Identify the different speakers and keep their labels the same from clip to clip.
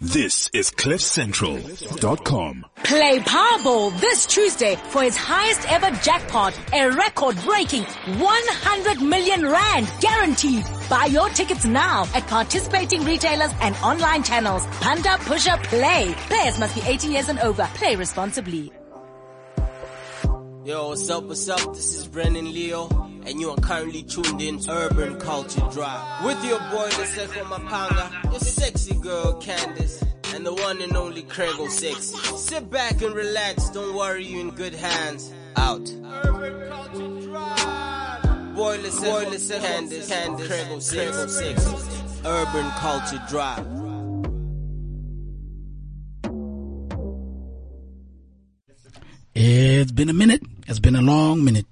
Speaker 1: This is CliffCentral.com.
Speaker 2: Play Powerball this Tuesday for its highest ever jackpot, a record-breaking 100 million rand guaranteed. Buy your tickets now at participating retailers and online channels. Panda Pusher Play. Players must be 18 years and over. Play responsibly.
Speaker 3: Yo, what's up, what's up? This is Brennan Leo, and you are currently tuned in to Urban Culture Drive. With your boy, the second Mapanga, your sexy girl, Candace, and the one and only Craig 06. Sit back and relax, don't worry, you're in good hands. Out. Urban Culture Drive! Boy, the second, boy, the second Candace, Candace, Craig 06. Craig 06. Urban Culture Drive.
Speaker 4: It's been a minute. It's been a long minute.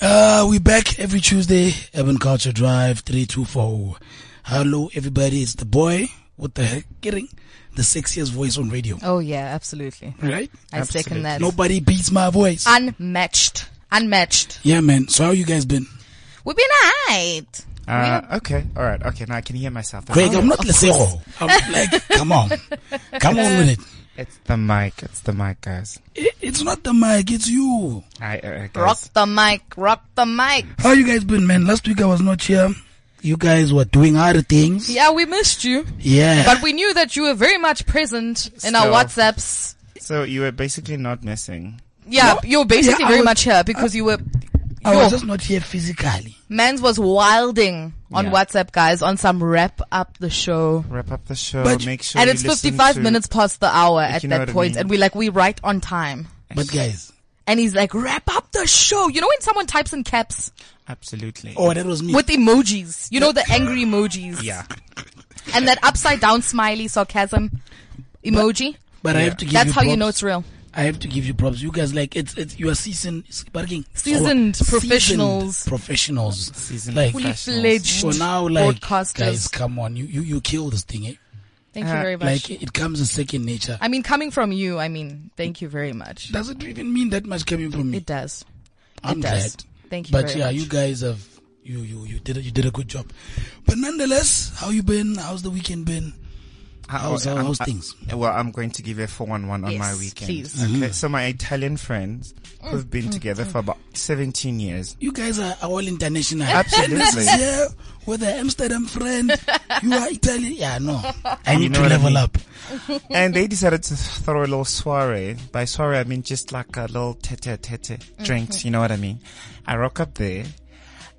Speaker 4: Uh, we back every Tuesday, Urban Culture Drive 324. Hello, everybody. It's the boy with the heck getting the sexiest voice on radio.
Speaker 5: Oh yeah, absolutely.
Speaker 4: Right?
Speaker 5: I second that.
Speaker 4: Nobody beats my voice.
Speaker 5: Unmatched. Unmatched.
Speaker 4: yeah, man. So how you guys been?
Speaker 5: We've been alright.
Speaker 6: Uh, okay, all right, okay. Now I can hear myself.
Speaker 4: Craig,
Speaker 5: Oh,
Speaker 4: I'm not Lesero. I'm like, come on. Come on with it.
Speaker 6: It's the mic. It's the mic, guys.
Speaker 4: I- It's not the mic. It's you.
Speaker 6: I uh,
Speaker 5: Rock
Speaker 6: guys.
Speaker 5: the mic, rock the mic.
Speaker 4: How you guys been, man? Last week I was not here. You guys were doing other things.
Speaker 5: Yeah, we missed you,
Speaker 4: Yeah.
Speaker 5: but we knew that you were very much present in our
Speaker 6: Still.
Speaker 5: WhatsApps.
Speaker 6: So you were basically not missing.
Speaker 5: Yeah, you're basically
Speaker 4: Yeah, I
Speaker 5: very
Speaker 4: was-
Speaker 5: much here because you were.
Speaker 4: I was
Speaker 5: Yo,
Speaker 4: just not here physically.
Speaker 5: Mans was wilding on
Speaker 6: Yeah.
Speaker 5: WhatsApp, guys, on some wrap up the show.
Speaker 6: Wrap up the show.
Speaker 4: But-
Speaker 6: make sure.
Speaker 5: And
Speaker 6: you
Speaker 5: it's
Speaker 6: listen
Speaker 5: 55
Speaker 6: to-
Speaker 5: minutes past the hour at
Speaker 6: you know
Speaker 5: that
Speaker 6: what I
Speaker 5: point,
Speaker 6: mean.
Speaker 5: and we're like, we're right on time.
Speaker 4: But guys,
Speaker 5: And he's like, wrap up the show. You know when someone types in caps
Speaker 6: Absolutely.
Speaker 4: oh, that was me.
Speaker 5: with emojis? You know the angry emojis?
Speaker 6: yeah.
Speaker 5: And that upside down smiley sarcasm emoji.
Speaker 4: But I have to give
Speaker 5: That's
Speaker 4: you
Speaker 5: how you
Speaker 4: props.
Speaker 5: know it's real.
Speaker 4: I have to give you props. You guys like it's it's you are seasoned it's barking.
Speaker 5: Seasoned
Speaker 4: So,
Speaker 5: professionals.
Speaker 4: Seasoned professionals.
Speaker 6: Seasoned
Speaker 4: like
Speaker 5: Fully
Speaker 6: Professionals.
Speaker 5: fledged.
Speaker 4: so now like
Speaker 5: broadcasters.
Speaker 4: guys, come on, you you you kill this thing. Eh?
Speaker 5: Thank you very much.
Speaker 4: Like it comes as second nature.
Speaker 5: I mean, coming from you, I mean, thank you very much.
Speaker 4: does it even mean that much coming from me?
Speaker 5: It does.
Speaker 4: I'm
Speaker 5: it does.
Speaker 4: glad.
Speaker 5: Thank you
Speaker 4: But
Speaker 5: very
Speaker 4: yeah,
Speaker 5: much.
Speaker 4: you guys have you you you did a, you did a good job. But nonetheless, how you been? How's the weekend been? How's-
Speaker 6: I'm-
Speaker 4: how's
Speaker 6: I-
Speaker 4: things?
Speaker 6: well, I'm going to give you a 411 on my
Speaker 5: Yes,
Speaker 6: weekend.
Speaker 5: please. Mm-hmm.
Speaker 6: Okay. So my Italian friends who've been together for about 17 years.
Speaker 4: You guys are, are all international.
Speaker 6: Absolutely.
Speaker 4: This is here with an Amsterdam friend. You are Italian. Yeah, no. I need
Speaker 6: know
Speaker 4: to
Speaker 6: what I
Speaker 4: level
Speaker 6: mean.
Speaker 4: up.
Speaker 6: and they decided to throw a little soiree. By soiree, I mean just like a little tete tete
Speaker 5: Mm-hmm.
Speaker 6: drinks. You know what I mean? I rock up there.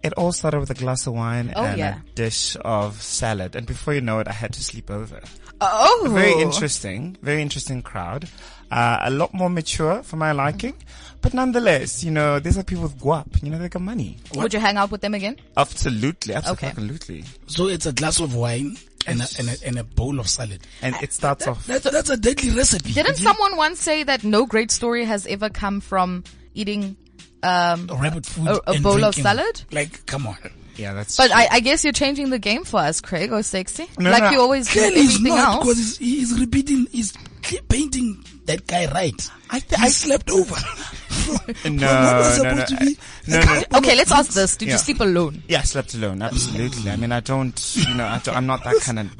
Speaker 6: It all started with a glass of wine
Speaker 5: Oh,
Speaker 6: and
Speaker 5: yeah.
Speaker 6: a dish of salad. And before you know it, I had to sleep over.
Speaker 5: Oh,
Speaker 6: Very interesting, very interesting crowd. Uh, a lot more mature for my liking. But nonetheless, you know, these are people with guap. You know, they got money.
Speaker 5: Would you hang out with them again?
Speaker 6: Absolutely,
Speaker 5: Okay.
Speaker 6: absolutely.
Speaker 4: So it's a glass of wine and a, and a, and a bowl of salad.
Speaker 6: And it starts off.
Speaker 4: That's, that's a deadly recipe.
Speaker 5: Didn't someone once say that no great story has ever come from eating? Um,
Speaker 4: A rabbit food.
Speaker 5: A- a
Speaker 4: and
Speaker 5: bowl of
Speaker 4: drinking.
Speaker 5: salad?
Speaker 4: Like, come on.
Speaker 6: Yeah, that's.
Speaker 5: but I, I guess you're changing the game for us, Craig or Sexy.
Speaker 6: No,
Speaker 5: like
Speaker 6: no.
Speaker 5: you always do
Speaker 4: Clearly he's
Speaker 5: everything
Speaker 4: not
Speaker 5: else.
Speaker 4: because he's, he's repeating, he's cl- painting that guy right. I, I slept over. From- from
Speaker 6: No,
Speaker 4: what was
Speaker 6: no,
Speaker 4: supposed
Speaker 6: no,
Speaker 4: to be
Speaker 6: I- no,
Speaker 4: a
Speaker 6: no.
Speaker 4: couple
Speaker 5: Okay,
Speaker 4: of
Speaker 5: let's ask this. Did you
Speaker 6: Yeah.
Speaker 5: sleep alone?
Speaker 6: yeah, I slept alone. Absolutely. I mean, I don't, you know, I don't, I'm not that kind of.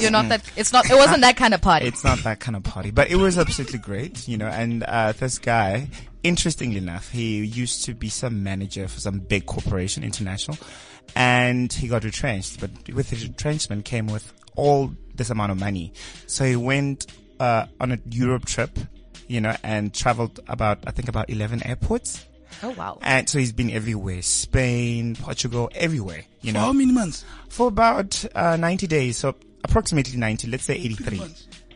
Speaker 5: You're not that. It's not. It wasn't that kind of party.
Speaker 6: Mm. it's not that kind of party, but it was absolutely great, you know. And uh, this guy, interestingly enough, he used to be some manager for some big corporation, international, and he got retrenched. But with his retrenchment came with all this amount of money, so he went uh, on a Europe trip, you know, and traveled about I think about eleven airports,
Speaker 5: oh wow.
Speaker 6: and so he's been everywhere: Spain, Portugal, everywhere, you
Speaker 4: For
Speaker 6: know
Speaker 4: how many months?
Speaker 6: for about uh, 90 days, so approximately 90, let's say 83.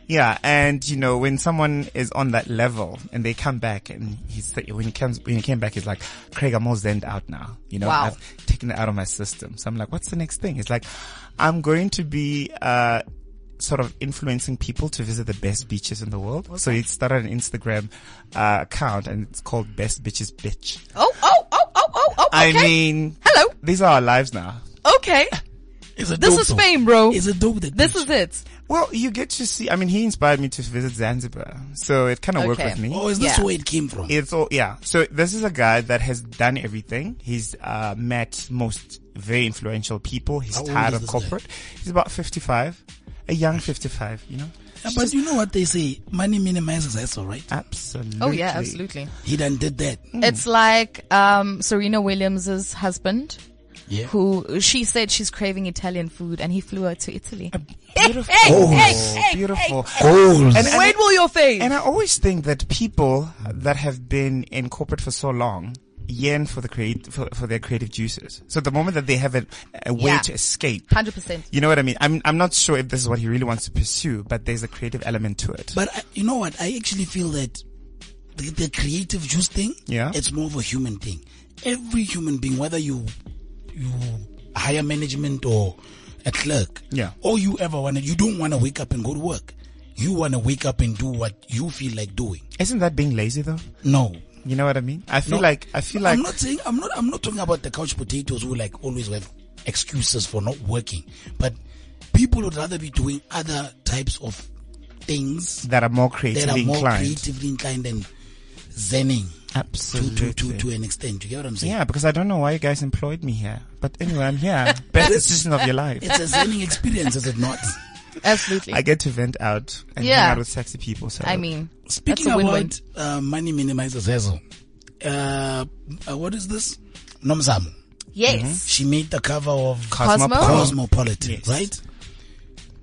Speaker 6: Yeah, and you know when someone is on that level and they come back and he's when he comes when he came back he's like Craig I'm all zened out now you know
Speaker 5: Wow.
Speaker 6: I've taken it out of my system so I'm like what's the next thing it's like I'm going to be uh sort of influencing people to visit the best beaches in the world so he started an Instagram uh, account and it's called Best Bitches Bitch
Speaker 5: Oh oh oh oh oh oh. Okay.
Speaker 6: I mean
Speaker 5: Hello.
Speaker 6: these are our lives now
Speaker 5: Okay.
Speaker 4: It's a
Speaker 5: This
Speaker 4: dope
Speaker 5: is
Speaker 4: though.
Speaker 5: fame, bro.
Speaker 4: It's a dope. That
Speaker 5: This is it.
Speaker 6: Well, you get to see. I mean, he inspired me to visit Zanzibar, so it kind of worked
Speaker 5: Okay.
Speaker 6: with me.
Speaker 4: Oh, is this
Speaker 5: Yeah.
Speaker 4: where it came from?
Speaker 6: It's all yeah. So this is a guy that has done everything. He's uh, met most very influential people. He's
Speaker 4: How old
Speaker 6: tired
Speaker 4: is
Speaker 6: of
Speaker 4: this guy?
Speaker 6: corporate. He's about fifty-five, a young 55, you know?
Speaker 4: Yeah, Uh, but you know what they say? Money minimizes hassle, right?
Speaker 6: Absolutely.
Speaker 5: Oh yeah, absolutely.
Speaker 4: He done did that.
Speaker 6: Mm.
Speaker 5: It's like um, Serena Williams's husband,
Speaker 4: Yeah.
Speaker 5: who she said she's craving Italian food, and he flew her to Italy.
Speaker 6: Beautiful. beautiful.
Speaker 4: Goals.
Speaker 6: And- and
Speaker 5: When will your face?
Speaker 6: And I always think that people that have been in corporate for so long yearn for the create for, for their creative juices. So the moment that they have a, a way
Speaker 5: Yeah.
Speaker 6: to escape,
Speaker 5: Hundred percent.
Speaker 6: you know what I mean? I'm I'm not sure if this is what he really wants to pursue, but there's a creative element to it.
Speaker 4: But I, you know what? I actually feel that the, the creative juice thing,
Speaker 6: Yeah.
Speaker 4: it's more of a human thing. Every human being, whether you you hire management or a clerk,
Speaker 6: Yeah.
Speaker 4: all you ever want to, you don't want to wake up and go to work. You want to wake up and do what you feel like doing.
Speaker 6: Isn't that being lazy though?
Speaker 4: No.
Speaker 6: You know what I mean? I feel
Speaker 4: No.
Speaker 6: like I feel like
Speaker 4: I'm not saying I'm not I'm not talking about the couch potatoes who like always have excuses for not working, but people would rather be doing other types of things
Speaker 6: that are more
Speaker 4: that are
Speaker 6: creatively
Speaker 4: more
Speaker 6: inclined.
Speaker 4: creatively inclined and zenning to,
Speaker 6: Absolutely.
Speaker 4: to, to, to an extent. You get what I'm saying?
Speaker 6: Yeah, because I don't know why you guys employed me here, but anyway, I'm here. Best decision of your life.
Speaker 4: It's a zenning experience, is it not?
Speaker 5: Absolutely.
Speaker 6: I get to vent out and hang
Speaker 5: Yeah.
Speaker 6: out with sexy people. So
Speaker 5: I mean,
Speaker 4: Speaking
Speaker 5: that's a win-win.
Speaker 4: about uh, money minimizes hassle, uh, uh, what is this? Nomzamo.
Speaker 5: Yes.
Speaker 4: She made the cover of
Speaker 5: Cosmo?
Speaker 4: Cosmopolitan,
Speaker 6: Yes.
Speaker 4: right?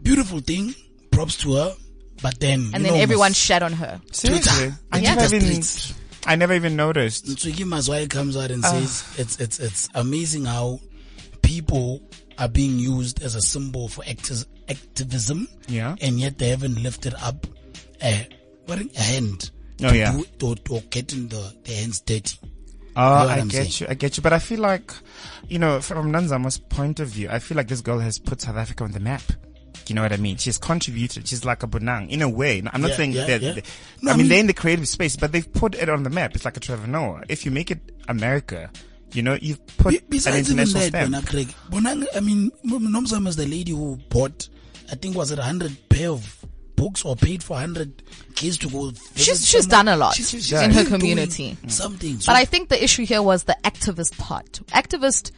Speaker 4: Beautiful thing. Props to her. But then,
Speaker 5: And
Speaker 4: you
Speaker 5: then
Speaker 4: know,
Speaker 5: everyone
Speaker 4: Ms.
Speaker 5: shat on her.
Speaker 6: Seriously,
Speaker 4: Twitter.
Speaker 6: I
Speaker 4: Yeah.
Speaker 6: never
Speaker 4: Twitter
Speaker 6: even,
Speaker 4: streets.
Speaker 6: I never even noticed.
Speaker 4: Ntsugi Mazwai comes out and says it's it's it's amazing how people are being used as a symbol for acti- activism.
Speaker 6: Yeah.
Speaker 4: And yet they haven't lifted up a what a hand
Speaker 6: Oh,
Speaker 4: to
Speaker 6: yeah.
Speaker 4: do or, or getting the, the hands dirty.
Speaker 6: Oh,
Speaker 4: know what
Speaker 6: I
Speaker 4: I'm
Speaker 6: get
Speaker 4: saying?
Speaker 6: you, I get you. But I feel like, you know, from Nanzama's point of view, I feel like this girl has put South Africa on the map. You know what I mean? She's contributed. She's like a Bonang in a way. I'm not
Speaker 4: Yeah,
Speaker 6: saying
Speaker 4: yeah,
Speaker 6: that.
Speaker 4: yeah.
Speaker 6: they-
Speaker 4: No,
Speaker 6: I
Speaker 4: I
Speaker 6: mean,
Speaker 4: mean-
Speaker 6: they're in the creative space, but they've put it on the map. It's like a Trevor Noah. If you make it America, you know, you've put
Speaker 4: Be-
Speaker 6: an
Speaker 4: besides even
Speaker 6: international
Speaker 4: that,
Speaker 6: stamp.
Speaker 4: Bona Craig, Bona, I mean, Nomzam is the lady who bought, I think, was it 100 pair of books or paid for 100 kids to go. visit
Speaker 5: She's- she's
Speaker 4: someone?
Speaker 5: done a lot
Speaker 6: in
Speaker 5: her
Speaker 4: doing
Speaker 5: community.
Speaker 4: Something. So
Speaker 5: But I think the issue here was the activist part. Activist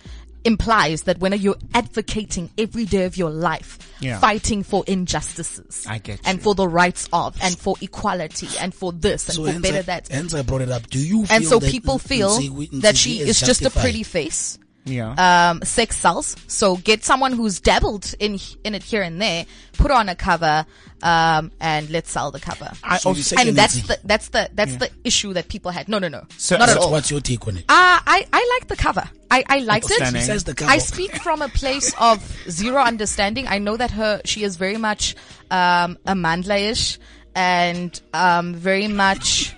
Speaker 5: implies that when you're advocating every day of your life,
Speaker 6: Yeah.
Speaker 5: fighting for injustices,
Speaker 6: I get
Speaker 5: and
Speaker 6: you.
Speaker 5: for the rights of, and for equality, and for this, and
Speaker 4: so
Speaker 5: for
Speaker 4: hence
Speaker 5: better
Speaker 4: I,
Speaker 5: that.
Speaker 4: Hence, I brought it up. Do you
Speaker 5: and
Speaker 4: feel
Speaker 5: so
Speaker 4: that
Speaker 5: people
Speaker 4: N-
Speaker 5: feel
Speaker 4: Ntsugi-
Speaker 5: that
Speaker 4: Ntsugi
Speaker 5: she is just a
Speaker 4: justified?
Speaker 5: pretty face.
Speaker 6: Yeah.
Speaker 5: Um, sex sells. So get someone who's dabbled in in it here and there, put on a cover, um, and let's sell the cover.
Speaker 6: I
Speaker 4: So you
Speaker 6: also-
Speaker 4: say-
Speaker 5: and that's
Speaker 4: Ntsugi.
Speaker 5: the that's the that's the issue that people had. No, no, no,
Speaker 6: So-
Speaker 5: not at
Speaker 4: What's-
Speaker 5: all.
Speaker 4: What's your take on it?
Speaker 5: Uh, I, I like the cover. I, I liked it.
Speaker 6: Outstanding. She
Speaker 4: says the cover.
Speaker 5: I speak from a place of zero understanding. I know that her, she is very much, um, Amandla-ish and, um, very much,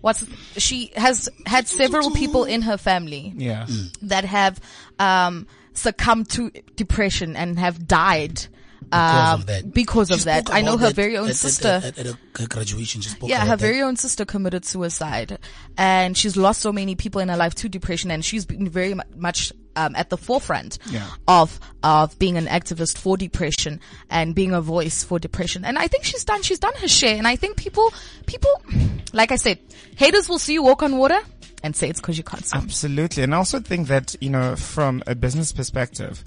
Speaker 5: what's, she has had several people in her family
Speaker 6: yeah.
Speaker 4: Mm.
Speaker 5: that have, um, succumbed to depression and have died.
Speaker 4: Because
Speaker 5: um,
Speaker 4: of that.
Speaker 5: because
Speaker 4: She
Speaker 5: of that.
Speaker 4: spoke
Speaker 5: I know
Speaker 4: about
Speaker 5: her
Speaker 4: that
Speaker 5: very own
Speaker 4: at- at-
Speaker 5: sister.
Speaker 4: At, at, a- her graduation, she spoke
Speaker 5: Yeah,
Speaker 4: about
Speaker 5: her
Speaker 4: that.
Speaker 5: very own sister committed suicide, and she's lost so many people in her life to depression, and she's been very mu- much um, at the forefront
Speaker 6: Yeah.
Speaker 5: of of being an activist for depression and being a voice for depression. And I think she's done she's done her share, and I think people people, like I said, haters will see you walk on water and say it's because you can't swim.
Speaker 6: Absolutely. And I also think that, you know, from a business perspective,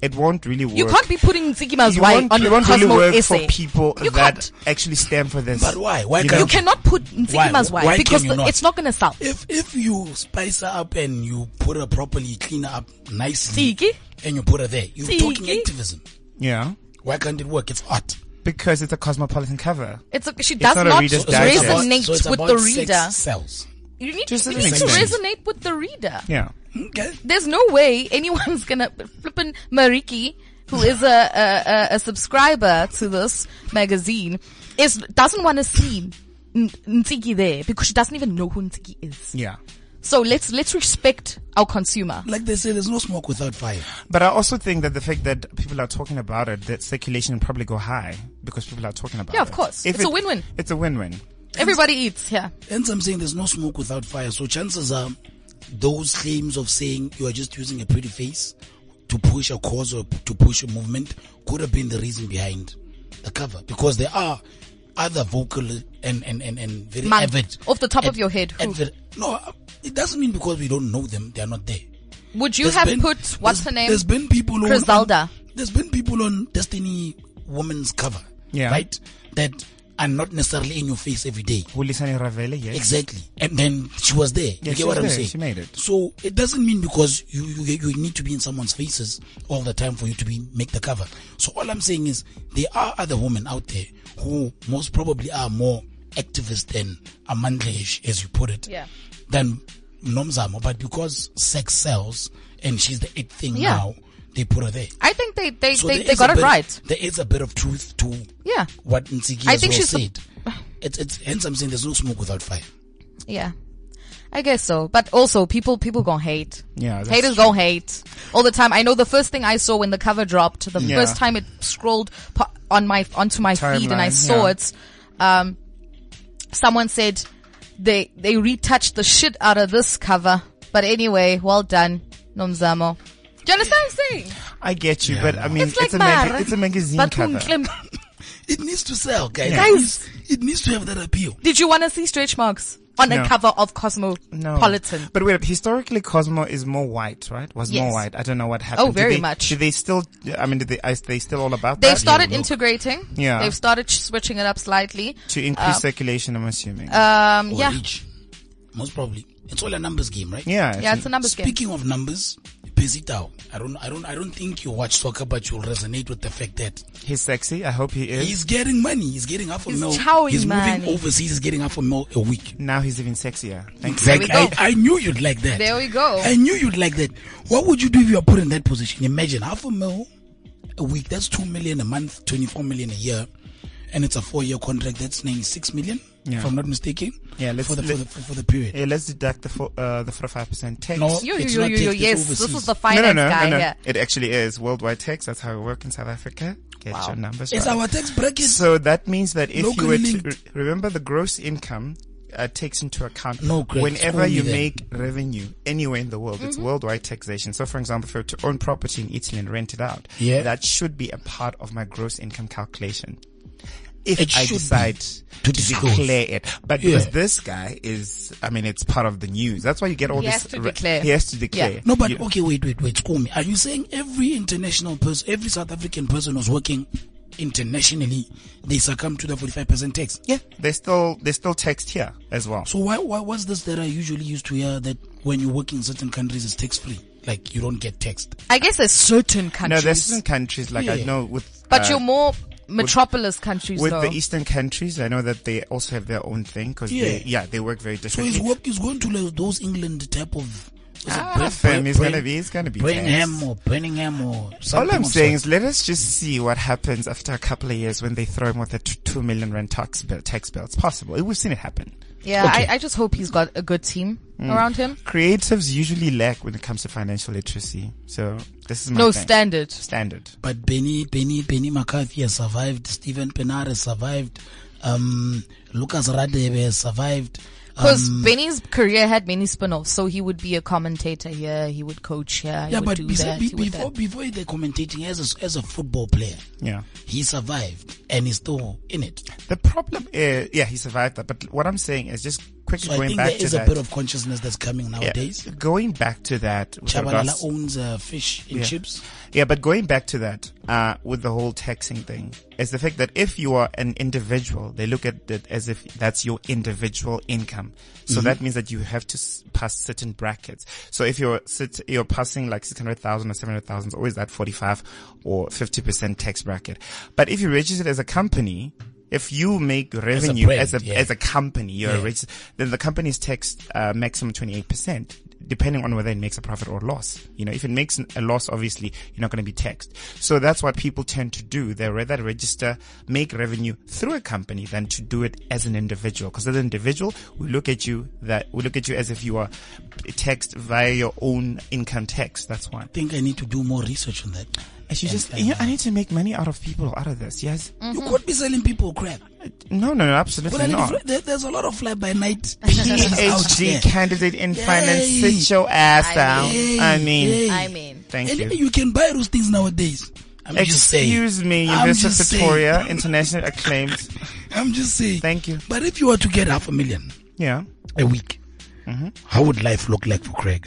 Speaker 6: it won't really work.
Speaker 5: you can't be putting Zikima's
Speaker 6: you
Speaker 5: wife
Speaker 6: won't,
Speaker 5: on
Speaker 6: you
Speaker 5: a
Speaker 6: won't
Speaker 5: Cosmo
Speaker 6: really work
Speaker 5: essay.
Speaker 6: for people
Speaker 5: You
Speaker 6: that
Speaker 5: can't.
Speaker 6: actually stand for this.
Speaker 4: But why? Why
Speaker 6: You
Speaker 4: can't
Speaker 5: You
Speaker 6: know?
Speaker 5: cannot put
Speaker 4: Why-
Speaker 5: Zikima's
Speaker 4: why
Speaker 5: wife because
Speaker 4: can you
Speaker 5: the-
Speaker 4: not?
Speaker 5: it's not going to sell.
Speaker 4: If if you spice her up and you put her properly, clean her up nicely,
Speaker 5: Tiki.
Speaker 4: and you put her there, you're
Speaker 5: Tiki.
Speaker 4: talking activism.
Speaker 6: Yeah.
Speaker 4: Why can't it work? It's art.
Speaker 6: Because it's a cosmopolitan cover.
Speaker 5: It's a, she does
Speaker 6: not a
Speaker 5: not
Speaker 6: Reader's Digest.
Speaker 5: resonate
Speaker 4: so it's
Speaker 5: with
Speaker 4: about
Speaker 5: the
Speaker 4: sex
Speaker 5: reader.
Speaker 4: Sells.
Speaker 5: You need,
Speaker 6: Just
Speaker 5: you
Speaker 6: an
Speaker 5: need to
Speaker 6: extension.
Speaker 5: resonate with the reader.
Speaker 6: Yeah.
Speaker 4: Okay.
Speaker 5: There's no way anyone's gonna flippin' Mariki, who is a, a, a, a subscriber to this magazine, is doesn't want to see N- Ntiki there because she doesn't even know who Ntiki is.
Speaker 6: Yeah.
Speaker 5: So let's let's respect our consumer.
Speaker 4: Like they say, there's no smoke without fire.
Speaker 6: But I also think that the fact that people are talking about it, that circulation will probably go high because people are talking about it.
Speaker 5: Yeah, of course. It's a win-win.
Speaker 6: It's a win-win.
Speaker 5: Everybody eats. Yeah.
Speaker 4: Hence, I'm saying there's no smoke without fire. So chances are, those claims of saying you are just using a pretty face to push a cause or to push a movement could have been the reason behind the cover. Because there are other vocal and and and, and very
Speaker 5: Man,
Speaker 4: avid
Speaker 5: off the top of your head, who?
Speaker 4: avid- no, it doesn't mean because we don't know them; they are not there.
Speaker 5: Would you
Speaker 4: There's
Speaker 5: have
Speaker 4: been-
Speaker 5: put what's
Speaker 4: there's-
Speaker 5: her name?
Speaker 4: There's been people on-
Speaker 5: Griselda.
Speaker 4: on- there's been people on Destiny women's cover,
Speaker 6: Yeah.
Speaker 4: right? That are not necessarily in your face every day.
Speaker 6: Wulisani Ravele, yes.
Speaker 4: Exactly. And then she was there.
Speaker 6: Yeah,
Speaker 4: you
Speaker 6: she
Speaker 4: get what
Speaker 6: was
Speaker 4: I'm
Speaker 6: there.
Speaker 4: saying?
Speaker 6: She made it.
Speaker 4: So it doesn't mean because you, you you need to be in someone's faces all the time for you to be make the cover. So all I'm saying is there are other women out there who most probably are more activist than amandleish, as you put it.
Speaker 5: Yeah.
Speaker 4: Than Nomzamo. But because sex sells and she's the it thing
Speaker 5: Yeah.
Speaker 4: now, they put her there.
Speaker 5: I think they they,
Speaker 4: So
Speaker 5: they,
Speaker 4: there
Speaker 5: they
Speaker 4: is a
Speaker 5: got it
Speaker 4: bit-
Speaker 5: right.
Speaker 4: There is a bit of truth to
Speaker 5: Yeah.
Speaker 4: what Nsiki
Speaker 5: I
Speaker 4: has
Speaker 5: think
Speaker 4: well
Speaker 5: she's the-
Speaker 4: said. It's, it's, hence I'm saying there's no smoke without fire.
Speaker 5: Yeah. I guess so. But also people people gonna hate.
Speaker 6: Yeah, that's
Speaker 5: Haters
Speaker 6: true.
Speaker 5: gonna hate. All the time. I know the first thing I saw when the cover dropped, the
Speaker 6: Yeah.
Speaker 5: first time it scrolled po- on my onto my feed and I
Speaker 6: Timeline,
Speaker 5: saw
Speaker 6: yeah.
Speaker 5: it, um someone said they they retouched the shit out of this cover. But anyway, well done, Nomzamo. Do you understand what I'm saying?
Speaker 6: I get you, but I mean,
Speaker 5: It's
Speaker 6: it's,
Speaker 5: like
Speaker 6: a
Speaker 5: Mara,
Speaker 6: maga- it's a magazine
Speaker 5: but
Speaker 6: cover.
Speaker 5: Klim-
Speaker 4: It needs to sell, guys.
Speaker 6: Yeah.
Speaker 4: It,
Speaker 5: Guys.
Speaker 4: needs, it needs to have that appeal.
Speaker 5: Did you want to see stretch marks on
Speaker 6: No.
Speaker 5: a cover of Cosmopolitan?
Speaker 6: But wait, historically, Cosmo is more white, right? Was more
Speaker 5: Yes.
Speaker 6: white. I don't know what happened.
Speaker 5: Oh,
Speaker 6: Do
Speaker 5: very
Speaker 6: they-
Speaker 5: much.
Speaker 6: Do they still? I mean, do they, are they still all about?
Speaker 5: They've
Speaker 6: that?
Speaker 5: started
Speaker 6: Yeah.
Speaker 5: integrating.
Speaker 6: Yeah.
Speaker 5: They've started sh- switching it up slightly.
Speaker 6: to increase circulation. I'm assuming.
Speaker 5: Um,
Speaker 6: E
Speaker 4: Or
Speaker 5: yeah.
Speaker 4: reach. Most probably. It's all a numbers game, right?
Speaker 6: yeah,
Speaker 5: Yeah, it's a numbers game.
Speaker 4: Speaking of numbers, Pesitao. I don't I don't I don't think you watch soccer but you'll resonate with the fact that
Speaker 6: he's sexy. I hope he is.
Speaker 4: he's getting money. He's getting half a
Speaker 5: He's
Speaker 4: mil.
Speaker 5: chowing
Speaker 4: he's moving
Speaker 5: money.
Speaker 4: overseas, he's getting half a mil a week.
Speaker 6: now he's even sexier. Thank you.
Speaker 5: There we
Speaker 4: Exactly. I,
Speaker 5: go.
Speaker 4: I knew you'd like that.
Speaker 5: There we go.
Speaker 4: I knew you'd like that. What would you do if you were put in that position? Imagine half a mil a week. That's two million a month, twenty-four million a year, and it's a four-year contract. That's ninety-six million,
Speaker 6: Yeah.
Speaker 4: if I'm not mistaken.
Speaker 6: Yeah, let's-
Speaker 4: for the, for the
Speaker 6: let-
Speaker 4: for, for the period.
Speaker 6: Yeah, let's deduct the four, uh, the five percent tax.
Speaker 4: No,
Speaker 5: You,
Speaker 4: Oh, It's
Speaker 5: you,
Speaker 4: not
Speaker 5: you, you,
Speaker 4: taxed, it's
Speaker 5: yes, this
Speaker 4: overseas.
Speaker 5: was the
Speaker 6: no,
Speaker 5: finance
Speaker 6: no, no,
Speaker 5: guy.
Speaker 6: no, no.
Speaker 5: Yeah.
Speaker 6: It actually is worldwide tax. That's how we work in South Africa. Get your numbers
Speaker 4: It's
Speaker 6: right.
Speaker 4: our tax bracket.
Speaker 6: So that means that if you
Speaker 4: Locally
Speaker 6: were to
Speaker 4: linked.
Speaker 6: re- remember the gross income uh, takes into account
Speaker 4: No, Greg,
Speaker 6: whenever
Speaker 4: it's only
Speaker 6: you
Speaker 4: then.
Speaker 6: make revenue anywhere in the world,
Speaker 5: Mm-hmm.
Speaker 6: it's worldwide taxation. So, for example, if I were to own property in Italy and rent it out,
Speaker 4: Yeah.
Speaker 6: that should be a part of my gross income calculation. If
Speaker 4: It
Speaker 6: I
Speaker 4: should be
Speaker 6: decide
Speaker 4: to
Speaker 6: to,
Speaker 4: disclose.
Speaker 6: declare it, but
Speaker 4: Yeah.
Speaker 6: because this guy is, I mean, it's part of the news. That's why you get all
Speaker 5: He
Speaker 6: this.
Speaker 5: has to
Speaker 6: re-
Speaker 5: declare.
Speaker 6: He has to
Speaker 5: Yeah.
Speaker 6: declare.
Speaker 4: no, but
Speaker 6: You-
Speaker 4: okay, wait, wait, wait. School me. Are you saying every international person, every South African person who's working internationally, they succumb to the forty-five percent tax?
Speaker 6: yeah, there's still there's still taxed here as well.
Speaker 4: So why why was this that I usually used to hear that when you work in certain countries it's tax free, like you don't get taxed.
Speaker 5: I guess there's certain
Speaker 6: no,
Speaker 5: countries.
Speaker 6: there's certain countries like I
Speaker 4: Yeah.
Speaker 6: know with
Speaker 5: but
Speaker 6: uh,
Speaker 5: your more metropolis countries,
Speaker 6: with
Speaker 5: though.
Speaker 6: the eastern countries, I know that they also have their own thing because
Speaker 4: Yeah.
Speaker 6: they, yeah, they work very
Speaker 4: So his
Speaker 6: differently.
Speaker 4: work is going to like those England type of is it
Speaker 6: Ah,
Speaker 4: Bra-
Speaker 6: fam,
Speaker 4: Bra-
Speaker 6: it's
Speaker 4: Bra-
Speaker 6: gonna be- it's gonna be
Speaker 4: Birmingham
Speaker 6: taxed.
Speaker 4: or Birmingham or something.
Speaker 6: All I'm
Speaker 4: of
Speaker 6: saying
Speaker 4: sort.
Speaker 6: is, let us just see what happens after a couple of years when they throw him with a t- two million rand tax bill. Tax bill. It's possible. We've seen it happen.
Speaker 5: yeah,
Speaker 4: okay. Mm.
Speaker 5: I, I just hope he's got a good team around him.
Speaker 6: Creatives usually lack when it comes to financial literacy. So this
Speaker 4: Mm,
Speaker 6: is my
Speaker 5: No
Speaker 6: thing.
Speaker 5: standard.
Speaker 6: standard.
Speaker 4: but Benny Benny Benny McCarthy has survived, Stephen Penare survived, um Lucas Radebe has survived.
Speaker 5: Because
Speaker 4: um,
Speaker 5: Benny's career had many spin-offs, so he would be a commentator here, he would coach here, he
Speaker 4: yeah,
Speaker 5: would
Speaker 4: but
Speaker 5: do
Speaker 4: besi-
Speaker 5: that,
Speaker 4: be-
Speaker 5: he would
Speaker 4: before
Speaker 5: that.
Speaker 4: before the commentating as a, as a football player,
Speaker 6: Yeah.
Speaker 4: he survived and he's still in it.
Speaker 6: The problem is, yeah, he survived that. But what I'm saying is just quickly
Speaker 4: So I
Speaker 6: going
Speaker 4: think
Speaker 6: back
Speaker 4: there
Speaker 6: to
Speaker 4: is a
Speaker 6: that.
Speaker 4: bit of consciousness that's coming
Speaker 6: yeah,
Speaker 4: nowadays.
Speaker 6: going back to that. with regards-
Speaker 4: Chabalala owns uh, fish and
Speaker 6: Yeah.
Speaker 4: chips.
Speaker 6: Yeah, but going back to that, uh, with the whole taxing thing, is the fact that if you are an individual, they look at it as if that's your individual income. So
Speaker 4: Mm-hmm.
Speaker 6: that means that you have to s- pass certain brackets. So if you're sit, you're passing like 600,000 or 700,000, it's always that 45 or 50% tax bracket. But if you register as a company, if you make revenue
Speaker 4: brand,
Speaker 6: as a, as
Speaker 4: yeah.
Speaker 6: a, company, you're
Speaker 4: Yeah.
Speaker 6: a registered, then the company's taxed uh, maximum 28%, depending on whether it makes a profit or loss. You know, if it makes a loss, obviously, you're not going to be taxed. So that's what people tend to do. They rather register, make revenue through a company than to do it as an individual. Because as an individual, we look at you that, we look at you as if you are taxed via your own income tax. That's why.
Speaker 4: I think I need to do more research on that.
Speaker 6: And you
Speaker 4: And-
Speaker 6: just,
Speaker 4: and-
Speaker 6: you know, I need to make money out of people out of this. Yes.
Speaker 4: You could be selling people crap.
Speaker 6: No, no, no, absolutely
Speaker 4: But
Speaker 6: not.
Speaker 4: there's a lot of fly by night
Speaker 6: PhD candidate in finance.
Speaker 4: Yay.
Speaker 6: Sit your ass
Speaker 5: I
Speaker 6: down.
Speaker 4: mean-
Speaker 6: I mean,
Speaker 4: Yay.
Speaker 5: I mean,
Speaker 6: thank
Speaker 4: And
Speaker 6: you.
Speaker 4: you can buy those things nowadays. I'm just saying.
Speaker 6: Excuse me,
Speaker 4: I'm
Speaker 6: University of
Speaker 4: just saying.
Speaker 6: Pretoria, international acclaimed.
Speaker 4: I'm just saying.
Speaker 6: Thank you.
Speaker 4: But if you were to get half a million
Speaker 6: Yeah.
Speaker 4: a week,
Speaker 6: Mm-hmm.
Speaker 4: how would life look like for Craig?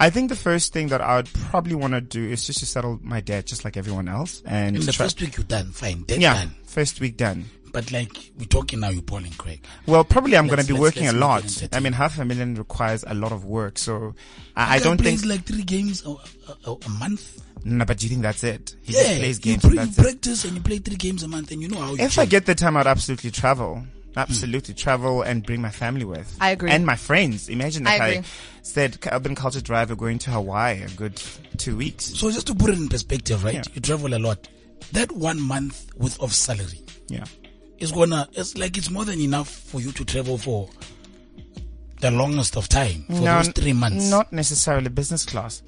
Speaker 6: I think the first thing that I would probably want to do is just to settle my debt, just like everyone else, and
Speaker 4: In the
Speaker 6: try-
Speaker 4: first week you done fine, then
Speaker 6: yeah,
Speaker 4: done.
Speaker 6: first week done.
Speaker 4: But like we're talking now, you're balling, Craig.
Speaker 6: Well, probably I'm going
Speaker 4: Let's-
Speaker 6: to be
Speaker 4: let's-
Speaker 6: working
Speaker 4: let's
Speaker 6: a
Speaker 4: make it
Speaker 6: lot.
Speaker 4: entertaining.
Speaker 6: I mean, half a million requires a lot of work, so I, I
Speaker 4: Guy
Speaker 6: don't
Speaker 4: plays
Speaker 6: think.
Speaker 4: like three games a, a, a- a month.
Speaker 6: no, but do you think that's it? He
Speaker 4: Yeah,
Speaker 6: just plays
Speaker 4: you,
Speaker 6: games.
Speaker 4: pre-
Speaker 6: and
Speaker 4: you
Speaker 6: that's it.
Speaker 4: practice and you play three games a month, and you know how you.
Speaker 6: If I get the time, I'd absolutely travel.
Speaker 4: Hmm.
Speaker 6: Absolutely travel and bring my family with.
Speaker 5: I agree.
Speaker 6: And my friends. Imagine
Speaker 5: I
Speaker 6: if I,
Speaker 5: agree.
Speaker 6: said Urban Culture Drive, we're going to Hawaii a good two weeks.
Speaker 4: so just to put it in perspective, right?
Speaker 6: Yeah.
Speaker 4: You travel a lot. That one month with of salary
Speaker 6: Yeah.
Speaker 4: is gonna. It's like it's more than enough for you to travel for the longest of time for those three months.
Speaker 6: Not necessarily business class.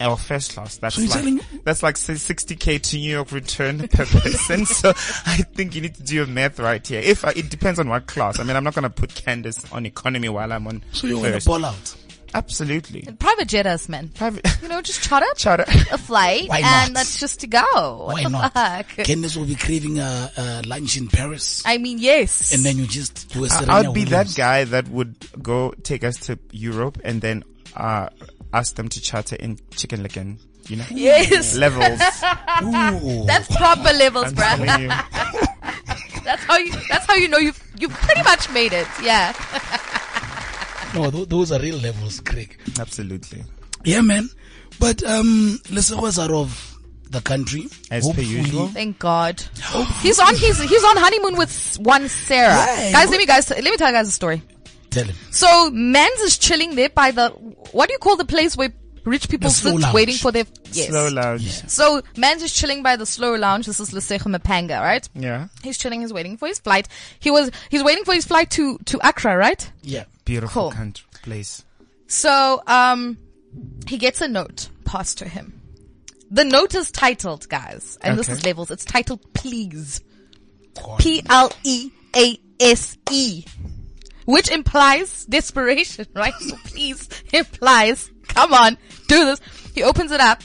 Speaker 6: Or first class. That's
Speaker 4: So you're telling-
Speaker 6: like that's like sixty k to New York return per person. so I think you need to do your math right here. If I, it depends on what class. I mean, I'm not going to put Candace on economy while I'm on.
Speaker 4: so you're gonna
Speaker 6: first.
Speaker 4: ball out.
Speaker 6: Absolutely.
Speaker 5: Private jet us, man.
Speaker 6: Private.
Speaker 5: You know, just charter,
Speaker 6: Charter.
Speaker 5: a flight,
Speaker 4: Why not?
Speaker 5: and that's just to go. What
Speaker 4: Why
Speaker 5: the
Speaker 4: not?
Speaker 5: fuck?
Speaker 4: Candace will be craving a, a lunch in Paris,
Speaker 5: I mean, yes.
Speaker 4: and then you just do a
Speaker 6: I-
Speaker 4: Serena
Speaker 6: I'd be that
Speaker 4: Williams.
Speaker 6: guy that would go take us to Europe and then uh, ask them to charter in chicken licken. You know,
Speaker 5: yes.
Speaker 6: levels.
Speaker 4: Ooh.
Speaker 5: That's proper levels,
Speaker 6: I'm
Speaker 5: bruh.
Speaker 6: telling you.
Speaker 5: That's how you. That's how you know you've you've pretty much made it. Yeah.
Speaker 4: No, th- those are real levels, Craig.
Speaker 6: Absolutely.
Speaker 4: Yeah, man. But um, Lesogos are of the country.
Speaker 6: As per usual.
Speaker 5: Thank God. He's on. He's he's on honeymoon with s- one Sarah.
Speaker 4: Why?
Speaker 5: Guys, let me guys let me tell you guys a story.
Speaker 4: Tell him.
Speaker 5: So Mans is chilling there by the what do you call the place where rich people
Speaker 4: The slow
Speaker 5: sit
Speaker 4: lounge.
Speaker 5: waiting for their yes.
Speaker 6: Slow lounge.
Speaker 5: So Mans is chilling by the slow lounge. This is Lesego Mapanga, right?
Speaker 6: Yeah.
Speaker 5: He's chilling. He's waiting for his flight. He was he's waiting for his flight to to Accra, right?
Speaker 4: Yeah.
Speaker 6: Beautiful
Speaker 5: Cool.
Speaker 6: country place.
Speaker 5: So um, he gets a note passed to him. The note is titled, guys, and this
Speaker 6: Okay.
Speaker 5: is levels. It's titled, please.
Speaker 4: God.
Speaker 5: P L E A S E, which implies desperation, right? So please implies, come on, do this. He opens it up,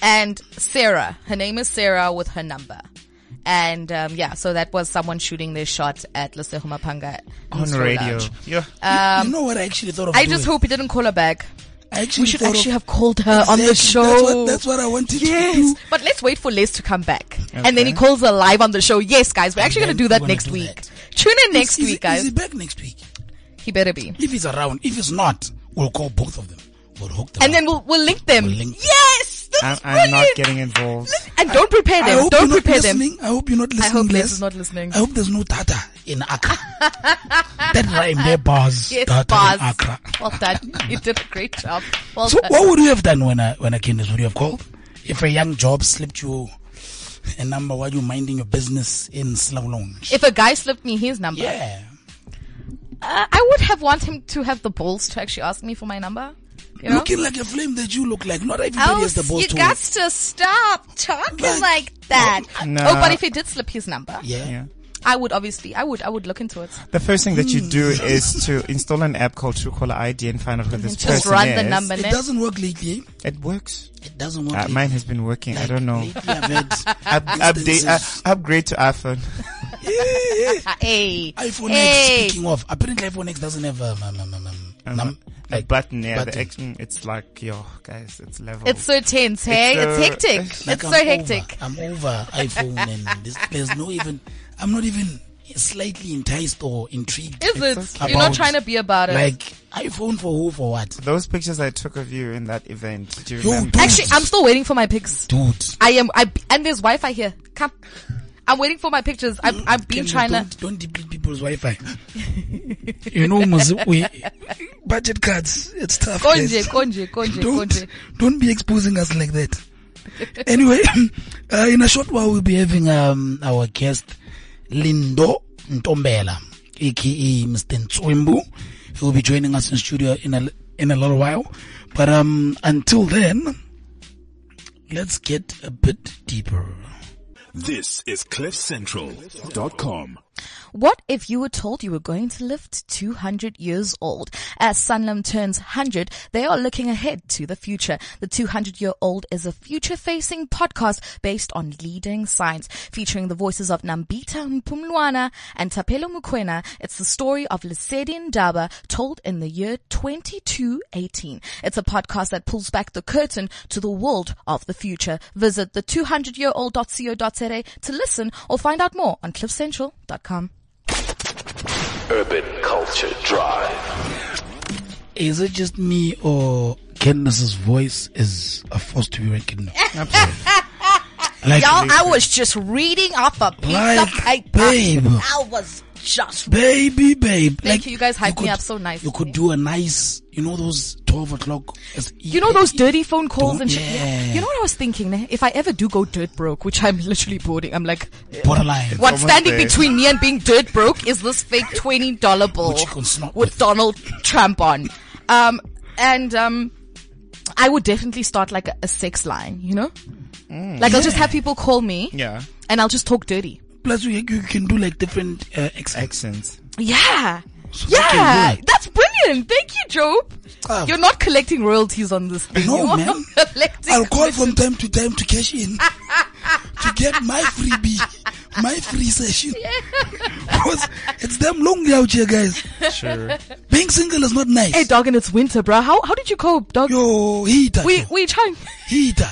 Speaker 5: and Sarah, her name is Sarah with her number. And um, yeah, so that was someone shooting their shot at Lesehumapanga
Speaker 6: On radio. Yeah.
Speaker 5: Uh,
Speaker 4: you know what I actually thought of
Speaker 5: Um, I
Speaker 4: doing?
Speaker 5: just hope he didn't call her back.
Speaker 4: I actually
Speaker 5: We should
Speaker 4: thought
Speaker 5: actually
Speaker 4: of,
Speaker 5: have called her on the show.
Speaker 4: Exactly. That's what, that's what I wanted to do.
Speaker 5: But let's wait for Les to come back. And then he
Speaker 6: Okay.
Speaker 5: calls her live on the show. Yes, guys, we're actually
Speaker 4: then
Speaker 5: going to do that
Speaker 4: we're gonna
Speaker 5: next
Speaker 4: do
Speaker 5: week.
Speaker 4: that.
Speaker 5: Tune in
Speaker 4: Is-
Speaker 5: next
Speaker 4: is-
Speaker 5: week, guys.
Speaker 4: Is he back next week?
Speaker 5: He better be.
Speaker 4: If he's around. If he's not, we'll call both of them. We'll hook them
Speaker 5: And
Speaker 4: up.
Speaker 5: then we'll, we'll link them.
Speaker 4: We'll link them.
Speaker 5: yes!
Speaker 6: I'm,
Speaker 5: That's
Speaker 6: I'm not
Speaker 5: brilliant.
Speaker 6: getting involved.
Speaker 5: And don't prepare
Speaker 4: I
Speaker 5: them.
Speaker 4: hope you're
Speaker 5: Don't
Speaker 4: not
Speaker 5: prepare them.
Speaker 4: listening. I hope you're not listening.
Speaker 5: hope Les
Speaker 4: Les.
Speaker 5: is not listening.
Speaker 4: I hope there's no Tata in Accra. that rhyme there, bars.
Speaker 5: Yes,
Speaker 4: Tata
Speaker 5: bars.
Speaker 4: in Accra.
Speaker 5: Well done. You did a great job. Well
Speaker 4: So
Speaker 5: done.
Speaker 4: what would you have done when I when I came this? Would you have called? If a young job slipped you a number while you minding your business in Slow Lounge?
Speaker 5: If a guy slipped me his number,
Speaker 4: yeah.
Speaker 5: uh, I would have want him to have the balls to actually ask me for my number. You know?
Speaker 4: Looking like a flame that you look like. Not everybody
Speaker 5: Oh,
Speaker 4: has the balls
Speaker 5: you
Speaker 4: to.
Speaker 5: got to stop talking
Speaker 4: But-
Speaker 5: like that.
Speaker 6: No.
Speaker 5: Oh, but if he did slip his number,
Speaker 4: yeah.
Speaker 6: Yeah.
Speaker 5: I would obviously, I would, I would look into it.
Speaker 6: The first thing that you
Speaker 5: Hmm.
Speaker 6: do is to install an app called Truecaller ID and find out who this person
Speaker 5: Just run the
Speaker 6: is.
Speaker 5: number.
Speaker 4: It
Speaker 5: ne?
Speaker 4: doesn't work lately.
Speaker 6: It works.
Speaker 4: It doesn't work.
Speaker 6: Uh,
Speaker 4: lately.
Speaker 6: mine has been working. I don't know.
Speaker 4: Lately I've had
Speaker 6: Up, update,
Speaker 4: instances.
Speaker 6: uh, upgrade to iPhone.
Speaker 5: Ah, hey,
Speaker 4: iPhone X.
Speaker 5: hey.
Speaker 4: Speaking of, apparently iPhone X doesn't have um, um, um, um, um,
Speaker 6: Um,
Speaker 4: num-
Speaker 6: a button, yeah. The
Speaker 4: button.
Speaker 6: X, mm, it's like, yo, guys, it's level.
Speaker 5: It's so tense, hey? It's,
Speaker 6: so-
Speaker 5: hectic. It's,
Speaker 6: it's
Speaker 4: Like,
Speaker 5: so
Speaker 4: I'm
Speaker 5: hectic.
Speaker 4: Over, I'm over iPhone and this, there's no even. I'm not even slightly enticed or intrigued.
Speaker 5: Is it?
Speaker 6: It's
Speaker 5: You're not
Speaker 4: about-
Speaker 5: trying to be about it.
Speaker 4: Like iPhone for who for what?
Speaker 6: Those pictures I took of you in that event. Do you
Speaker 4: Yo,
Speaker 6: remember?
Speaker 4: dude.
Speaker 5: actually, I'm still waiting for my pics.
Speaker 4: dude.
Speaker 5: I am, I and there's Wi-Fi here. Come, I'm waiting for my pictures. I've, I've
Speaker 4: Can
Speaker 5: been
Speaker 4: you
Speaker 5: trying to.
Speaker 4: don't, don't deplete people's Wi-Fi. you know, Muzi, we budget cards. It's tough. guys.
Speaker 5: Konje, konje, konje,
Speaker 4: don't
Speaker 5: konje.
Speaker 4: don't be exposing us like that. anyway, uh, in a short while we'll be having um, our guest Lindo Ntombela, aka Mr. Ntswimbu. He will be joining us in studio in a in a little while. But um, until then, let's get a bit deeper.
Speaker 1: This is CliffCentral.com.
Speaker 5: What if you were told you were going to live to 200 years old? As Sanlam turns 100, they are looking ahead to the future. The 200 year old is a future facing podcast based on leading science, featuring the voices of Nambita Mpumlwana and Tapelo Mukwena. It's the story of Lesedi Ndaba told in the year 2218. It's a podcast that pulls back the curtain to the world of the future. Visit the 200 year old.co.za to listen or find out more on cliffcentral.com.
Speaker 7: Urban Culture Drive.
Speaker 4: Is it just me or Candace's voice is a force to be reckoned with? Like,
Speaker 5: Y'all, I was just reading off a piece of
Speaker 4: Like,
Speaker 5: paper.
Speaker 4: babe.
Speaker 5: I was just.
Speaker 4: baby, babe.
Speaker 5: Thank you, you guys hyped me up so eh? nicely.
Speaker 4: You could do a nice, you know, those 12 o'clock. as- E
Speaker 5: You know those dirty phone calls and shit.
Speaker 4: Yeah.
Speaker 5: You know what I was thinking? ne? If I ever do go dirt broke, which I'm literally boarding, I'm like,
Speaker 4: borderline.
Speaker 5: what's
Speaker 6: almost
Speaker 5: standing
Speaker 6: there.
Speaker 5: between me and being dirt broke is this fake twenty dollar bill
Speaker 4: Which you can snort
Speaker 5: with
Speaker 4: with.
Speaker 5: Donald Trump on. Um, and um, I would definitely start like a, a sex line. You know,
Speaker 4: Mm.
Speaker 5: like I'll just have people call me,
Speaker 6: Yeah.
Speaker 5: and I'll just talk dirty.
Speaker 4: Plus, you, you can do like different uh, accents.
Speaker 6: Accents.
Speaker 5: Yeah.
Speaker 4: okay,
Speaker 5: Yeah,
Speaker 4: good.
Speaker 5: that's brilliant. Thank you, Job.
Speaker 4: Ah.
Speaker 5: You're not collecting royalties on this thing.
Speaker 4: No,
Speaker 5: you are
Speaker 4: ma'am.
Speaker 5: collecting
Speaker 4: I'll call from time to time to cash in to get my freebie, my free session. Because it's damn lonely out here, guys.
Speaker 6: Sure.
Speaker 4: Being single is not nice.
Speaker 5: Hey, dog, and it's winter, bro. How how did you cope, dog?
Speaker 4: Yo, heater.
Speaker 5: we we trying.
Speaker 4: heater.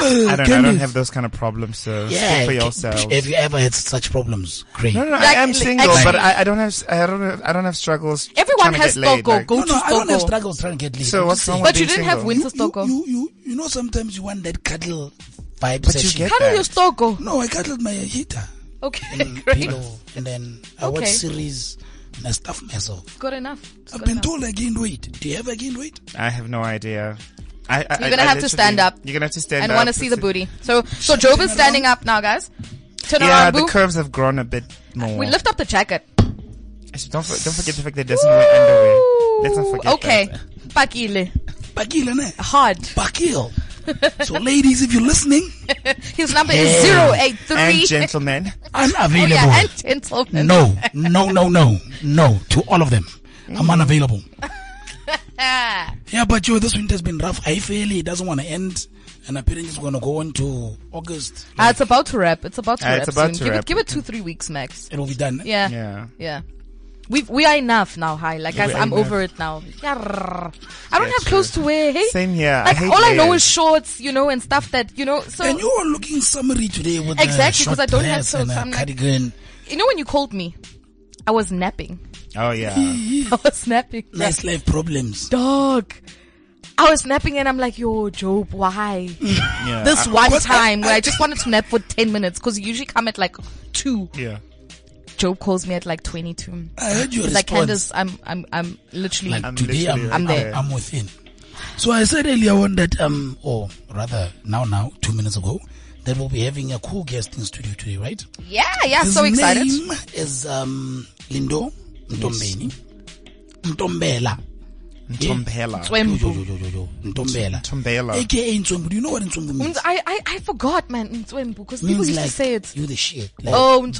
Speaker 6: I don't, I don't have those kind of problems, so speak for yourself.
Speaker 4: Have you ever had such problems? Great.
Speaker 6: No, no,
Speaker 5: Like,
Speaker 6: I am
Speaker 5: like,
Speaker 6: single,
Speaker 5: actually-
Speaker 6: but I, I don't have, I don't have, I don't have struggles.
Speaker 5: Everyone
Speaker 6: trying to
Speaker 5: has
Speaker 6: get laid,
Speaker 5: struggle.
Speaker 6: like-
Speaker 5: Go
Speaker 4: No,
Speaker 5: to
Speaker 4: no, I don't have
Speaker 5: Stockholm.
Speaker 4: struggles trying to get laid.
Speaker 6: So
Speaker 4: I'm
Speaker 6: what's
Speaker 4: just
Speaker 6: wrong
Speaker 4: saying.
Speaker 5: But you
Speaker 6: being
Speaker 5: didn't have
Speaker 6: single.
Speaker 5: win-
Speaker 4: you,
Speaker 5: Winter oh. Stockholm.
Speaker 4: you, you, you know, sometimes you want that cuddle vibe
Speaker 6: But you
Speaker 4: session.
Speaker 6: get-
Speaker 5: How do you struggle?
Speaker 4: no, I cuddled my heater
Speaker 5: Okay,
Speaker 4: and
Speaker 5: great.
Speaker 4: pillow, and then I watch
Speaker 5: Okay.
Speaker 4: series and I stuff myself.
Speaker 5: Good enough. It's
Speaker 4: I've
Speaker 5: good
Speaker 4: been
Speaker 5: enough.
Speaker 4: told I gained weight. Do you ever gain weight?
Speaker 6: I have no idea. I, I,
Speaker 5: You're gonna
Speaker 6: I- I
Speaker 5: have to
Speaker 6: literally-
Speaker 5: stand up.
Speaker 6: You're gonna have to stand
Speaker 5: and
Speaker 6: up.
Speaker 5: want to see the
Speaker 6: It's-
Speaker 5: booty. So so Job is standing up now, guys. Turn
Speaker 6: Yeah,
Speaker 5: around,
Speaker 6: the
Speaker 5: boo.
Speaker 6: curves have grown a bit more.
Speaker 5: We lift up the jacket.
Speaker 6: Actually, don't, for- don't forget the fact that it doesn't wear underwear. Let's not forget
Speaker 5: okay,
Speaker 6: that.
Speaker 5: Pakile,
Speaker 4: Bakil, ne?
Speaker 5: hard.
Speaker 4: Bakil. so, ladies, if you're listening,
Speaker 5: His number is
Speaker 4: Yeah.
Speaker 5: zero eight
Speaker 6: And
Speaker 5: three.
Speaker 6: gentlemen,
Speaker 5: Oh
Speaker 4: unavailable.
Speaker 5: yeah, and gentlemen.
Speaker 4: no, no, no, no, no to all of them. I'm unavailable.
Speaker 5: Ah.
Speaker 4: Yeah, but yo, this winter's been rough. I feel it doesn't want to end, and apparently it's going to go on to August.
Speaker 5: Ah, it's about to wrap. It's about to
Speaker 6: Ah,
Speaker 5: wrap
Speaker 6: it's about
Speaker 5: soon.
Speaker 6: to
Speaker 5: give
Speaker 6: wrap.
Speaker 5: it give it two three weeks max.
Speaker 4: It'll be done. eh?
Speaker 5: Yeah.
Speaker 6: yeah.
Speaker 5: Yeah. We we are enough now, hi. Like guys,
Speaker 6: We are
Speaker 5: I'm
Speaker 6: enough.
Speaker 5: over it now. Yarr. I don't
Speaker 6: Yeah,
Speaker 5: have clothes to
Speaker 6: true.
Speaker 5: wear. Hey,
Speaker 6: Same here.
Speaker 5: Like
Speaker 6: I hate
Speaker 5: all I know
Speaker 6: layers.
Speaker 5: is shorts, you know, and stuff that you know. So
Speaker 4: And you
Speaker 5: you,
Speaker 4: are looking summery today with
Speaker 5: Exactly,
Speaker 4: a short
Speaker 5: 'cause I don't have
Speaker 4: dress and
Speaker 5: socks.
Speaker 4: a
Speaker 5: I'm like-
Speaker 4: cardigan.
Speaker 5: know when you called me, I was napping.
Speaker 6: Oh yeah.
Speaker 5: I was napping.
Speaker 4: Nice life problems.
Speaker 5: Dog. I was napping and I'm like, yo, Job, why?
Speaker 6: yeah. Uh,
Speaker 5: This one
Speaker 4: What?
Speaker 5: time where I just wanted to nap for 10 minutes because you usually come at like 2.
Speaker 6: yeah.
Speaker 5: Job calls me at like 22.
Speaker 4: I heard your
Speaker 5: He's like,
Speaker 4: response.
Speaker 5: Candace, I'm, I'm, I'm literally.
Speaker 4: Like
Speaker 6: I'm
Speaker 4: today, I'm,
Speaker 6: literally
Speaker 4: I'm,
Speaker 5: right there.
Speaker 4: I'm within. So I said earlier on that um, or rather now now two minutes ago, that we'll be having a cool guest in studio today, right?
Speaker 5: yeah, yeah,
Speaker 4: His
Speaker 5: Ah, so excited.
Speaker 4: name is um Lindo Mtombeni Mtombela. Yo,
Speaker 6: Tombela.
Speaker 4: yo,
Speaker 5: Twembu.
Speaker 4: yo, yo, yo, Ntombela.
Speaker 6: Ntombela.
Speaker 4: AKA Ntswembu. Do you know what Ntswembu means?
Speaker 5: I, I, I forgot, man, Ntswembu, because people
Speaker 4: Mm. means
Speaker 5: used
Speaker 4: like
Speaker 5: to say it.
Speaker 4: you the shit. Like,
Speaker 5: Oh,
Speaker 6: Blind.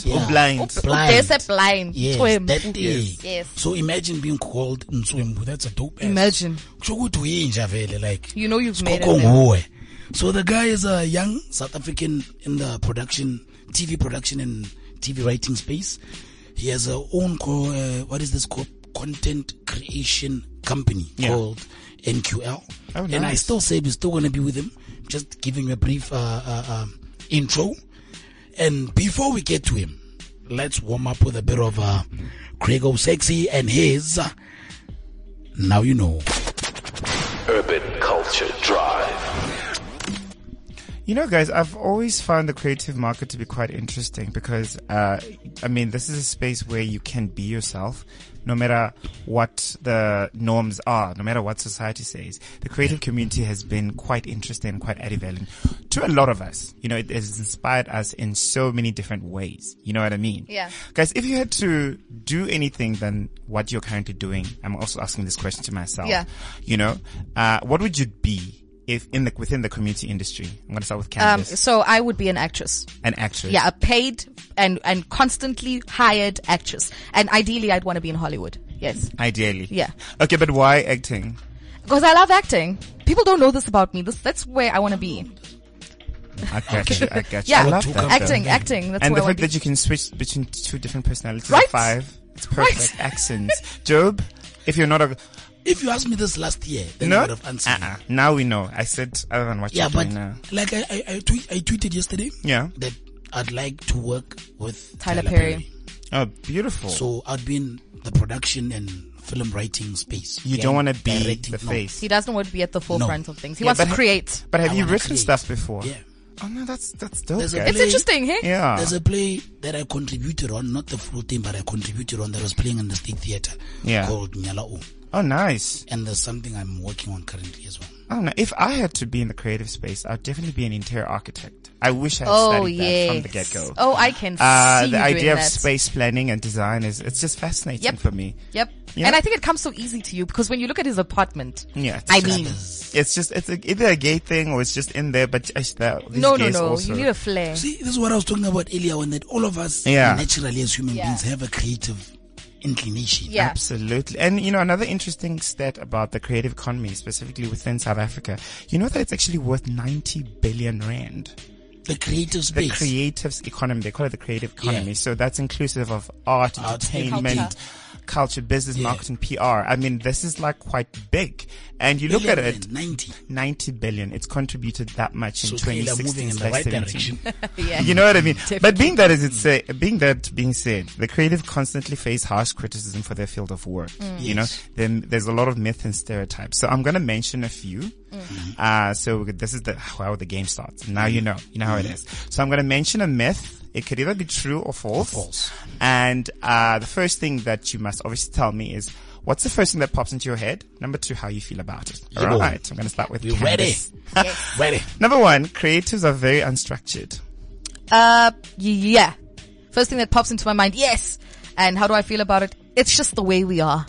Speaker 5: Ntswembu.
Speaker 6: Or
Speaker 4: Yeah.
Speaker 6: blind.
Speaker 4: blind.
Speaker 5: They said blind.
Speaker 4: Yes,
Speaker 5: Twembu.
Speaker 4: that thing.
Speaker 5: Yes.
Speaker 4: So imagine being called Ntswembu. That's a dope ass.
Speaker 5: Imagine.
Speaker 4: Kusho ukuthi uyinja vele, like.
Speaker 5: You know you've made it.
Speaker 4: sikoko
Speaker 5: man.
Speaker 4: nguwe. So the guy is a young South African in the production, TV production and TV writing space. He has a own, co- uh, what is this called? Content creation company
Speaker 6: Yeah.
Speaker 4: called NQL.
Speaker 6: Oh,
Speaker 4: And I
Speaker 6: nice.
Speaker 4: still say we're still going to be with him. Just giving him a brief uh, uh, um, intro. And before we get to him, let's warm up with a bit of uh, Craig O'Sexy and his. uh, Now you know.
Speaker 7: Urban Culture Drive.
Speaker 6: You know, guys, I've always found the creative market to be quite interesting because, uh, I mean, this is a space where you can be yourself, no matter what the norms are, no matter what society says. The creative community has been quite interesting and quite ambivalent to a lot of us. You know, it has inspired us in so many different ways. You know what I mean?
Speaker 5: Yeah.
Speaker 6: Guys, if you had to do anything than what you're currently doing, I'm also asking this question to myself.
Speaker 5: Yeah.
Speaker 6: You know, uh, what would you be? if in the within the community industry? I'm going to start with
Speaker 5: Um,
Speaker 6: Candice,
Speaker 5: so I would be an actress.
Speaker 6: an actress.
Speaker 5: Yeah, a paid and, and constantly hired actress. And ideally, I'd want to be in Hollywood. Yes.
Speaker 6: ideally.
Speaker 5: Yeah.
Speaker 6: Okay, but why acting?
Speaker 5: Because I love acting. People don't know this about me. This, that's where I want to be.
Speaker 6: I got you. I got you.
Speaker 5: Yeah,
Speaker 6: I love
Speaker 4: Two
Speaker 6: that. though.
Speaker 5: acting, acting. That's
Speaker 6: and
Speaker 5: where
Speaker 6: the
Speaker 5: I want
Speaker 6: fact
Speaker 5: to be.
Speaker 6: that you can switch between two different personalities
Speaker 5: Right?
Speaker 6: at five, it's
Speaker 5: Right.
Speaker 6: perfect. Accents. Job, if you're not a
Speaker 4: If you asked me this last year, then I
Speaker 6: no,
Speaker 4: would have answered. you.
Speaker 6: uh-uh. now we know. I said other than what
Speaker 4: Yeah,
Speaker 6: you're
Speaker 4: but
Speaker 6: doing now.
Speaker 4: like I I, I, tweet, I tweeted yesterday
Speaker 6: Yeah.
Speaker 4: that I'd like to work with
Speaker 5: Tyler Perry.
Speaker 6: Oh, beautiful.
Speaker 4: So I'd be in the production and film writing space.
Speaker 6: you
Speaker 4: Yeah,
Speaker 6: don't want to be
Speaker 4: directing,
Speaker 6: the
Speaker 4: no.
Speaker 6: face.
Speaker 5: He doesn't want to be at the forefront of things. He wants to
Speaker 6: but-
Speaker 5: create.
Speaker 6: But have
Speaker 4: I
Speaker 6: you
Speaker 4: wanna
Speaker 6: written
Speaker 4: create.
Speaker 6: stuff before?
Speaker 4: Yeah.
Speaker 6: Oh no, that's that's dope.
Speaker 4: There's a
Speaker 6: guys.
Speaker 5: It's
Speaker 4: play-
Speaker 5: interesting, hey?
Speaker 6: yeah.
Speaker 4: There's a play that I contributed on, not the full thing, but I contributed on that was playing in the state theater
Speaker 6: Yeah.
Speaker 4: called Nyala O.
Speaker 6: oh nice.
Speaker 4: And there's something I'm working on currently as well.
Speaker 6: I don't know. If I had to be in the creative space, I'd definitely be an interior architect. I wish I had
Speaker 5: Oh,
Speaker 6: studied that
Speaker 5: yeah.
Speaker 6: from the get go.
Speaker 5: Oh, I can
Speaker 6: uh,
Speaker 5: see
Speaker 6: the
Speaker 5: you
Speaker 6: idea
Speaker 5: doing
Speaker 6: of
Speaker 5: that.
Speaker 6: space planning and design is it's just fascinating
Speaker 5: Yep.
Speaker 6: for me.
Speaker 5: Yep.
Speaker 6: Yeah.
Speaker 5: And I think it comes so easy to you because when you look at his apartment,
Speaker 6: Yeah, it's
Speaker 5: I
Speaker 6: just-
Speaker 5: mean,
Speaker 6: it's just it's a, either a gay thing or it's just in there. But I, that, these
Speaker 5: no, no,
Speaker 6: gays
Speaker 5: no.
Speaker 6: also-
Speaker 5: You need a flair.
Speaker 4: See, this is what I was talking about earlier when that all of us
Speaker 6: Yeah.
Speaker 4: naturally as human
Speaker 5: Yeah.
Speaker 4: beings have a creative inclination.
Speaker 5: Yeah.
Speaker 6: Absolutely. And you know, another interesting stat about the creative economy, specifically within South Africa, you know that it's actually worth 90 billion rand.
Speaker 4: The creative
Speaker 6: The
Speaker 4: space.
Speaker 6: creative economy, they call it the creative economy. So that's inclusive of art,
Speaker 4: Art,
Speaker 6: entertainment, culture, business,
Speaker 4: Yeah.
Speaker 6: marketing, PR. I mean, this is like quite big. And you look at
Speaker 4: Billion
Speaker 6: it,
Speaker 4: and 90.
Speaker 6: 90 billion. It's contributed that much in
Speaker 4: So we are
Speaker 6: 2016.
Speaker 4: moving in the right
Speaker 6: 17.
Speaker 4: direction.
Speaker 5: Yeah.
Speaker 6: You know what I mean? But being that is it's uh, being that being said, the creative constantly face harsh criticism for their field of work. You know, then there's a lot of myth and stereotypes. So I'm going to mention a few.
Speaker 4: Mm-hmm.
Speaker 6: Uh, so this is the how the game starts. Now you know, you know how it is.
Speaker 4: Mm-hmm.
Speaker 6: So I'm going to mention a myth. It could either be true or false.
Speaker 4: false.
Speaker 6: And uh, the first thing that you must obviously tell me is. What's the first thing that pops into your head? Number two, how you feel about it.
Speaker 4: Yeah.
Speaker 6: All right, I'm going to start with
Speaker 4: We ready.
Speaker 6: Candice.
Speaker 4: Ready.
Speaker 6: Number one, creatives are very unstructured.
Speaker 5: Uh, yeah. First thing that pops into my mind, yes. And how do I feel about it? It's just the way we are.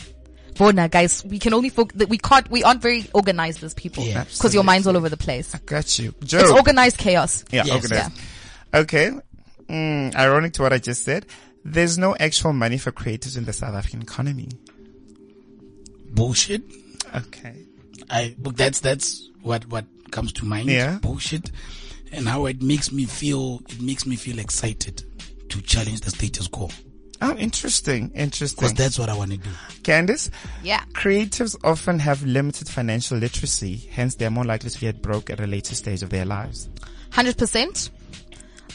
Speaker 5: Bona, guys, we can only foc- that we can't, we aren't very organized as people.
Speaker 4: Yeah.
Speaker 5: Cause your mind's all over the place.
Speaker 6: Got you. Joe.
Speaker 5: It's organized chaos.
Speaker 6: Yeah,
Speaker 4: Yes.
Speaker 6: organized. Okay. Mm, ironic to what I just said. There's no actual money for creatives in the South African economy.
Speaker 4: Bullshit.
Speaker 6: Okay.
Speaker 4: I but that's that's what what comes to mind.
Speaker 6: Yeah.
Speaker 4: Bullshit, and how it makes me feel. It makes me feel excited to challenge the status quo
Speaker 6: Oh, interesting. Interesting.
Speaker 4: because that's what I want to do.
Speaker 6: Candice?
Speaker 5: Yeah.
Speaker 6: Creatives often have limited financial literacy, hence they're more likely to get broke at a later stage of their lives.
Speaker 5: 100%.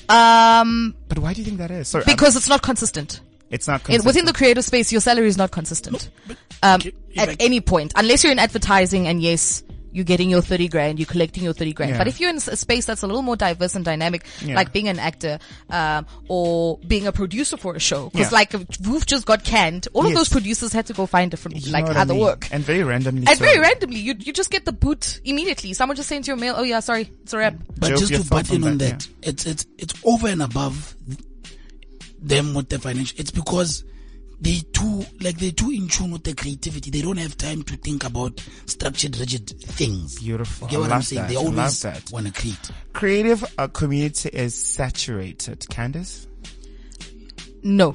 Speaker 5: Um,
Speaker 6: But why do you think that is? Sorry, I'm-
Speaker 5: because it's not consistent.
Speaker 6: it's not
Speaker 5: In,
Speaker 6: consistent.
Speaker 5: within the creative space, your salary is not consistent. Um,
Speaker 4: okay, if
Speaker 5: at
Speaker 4: I-
Speaker 5: any point, unless you're in advertising and yes, you're getting your 30 grand, you're collecting your 30 grand.
Speaker 6: Yeah.
Speaker 5: But if you're in s- a space that's a little more diverse and dynamic,
Speaker 6: Yeah.
Speaker 5: like being an actor, um, or being a producer for a show, cause
Speaker 6: Yeah.
Speaker 5: like Roof just got canned, all of
Speaker 6: Yes.
Speaker 5: those producers had to go find different,
Speaker 6: You know
Speaker 5: like
Speaker 6: what
Speaker 5: other
Speaker 6: I mean?
Speaker 5: work.
Speaker 6: And very randomly.
Speaker 5: And
Speaker 6: so.
Speaker 5: very randomly, you, you just get the boot immediately. Someone just sends you a mail, oh yeah, sorry, it's a wrap.
Speaker 4: But
Speaker 6: Joe,
Speaker 4: just
Speaker 6: your
Speaker 4: to butt
Speaker 6: thoughts on
Speaker 4: in on
Speaker 6: that,
Speaker 4: that, it's it's it's over and above th- them with the financial. It's because they too like they're too in tune with the creativity. They don't have time to think about structured, rigid things.
Speaker 6: Beautiful.
Speaker 4: You get
Speaker 6: I
Speaker 4: what I'm
Speaker 6: love
Speaker 4: saying?
Speaker 6: that.
Speaker 4: They
Speaker 6: I love
Speaker 4: always
Speaker 6: that.
Speaker 4: want to create.
Speaker 6: Creative uh, community is saturated. Candice?
Speaker 5: No.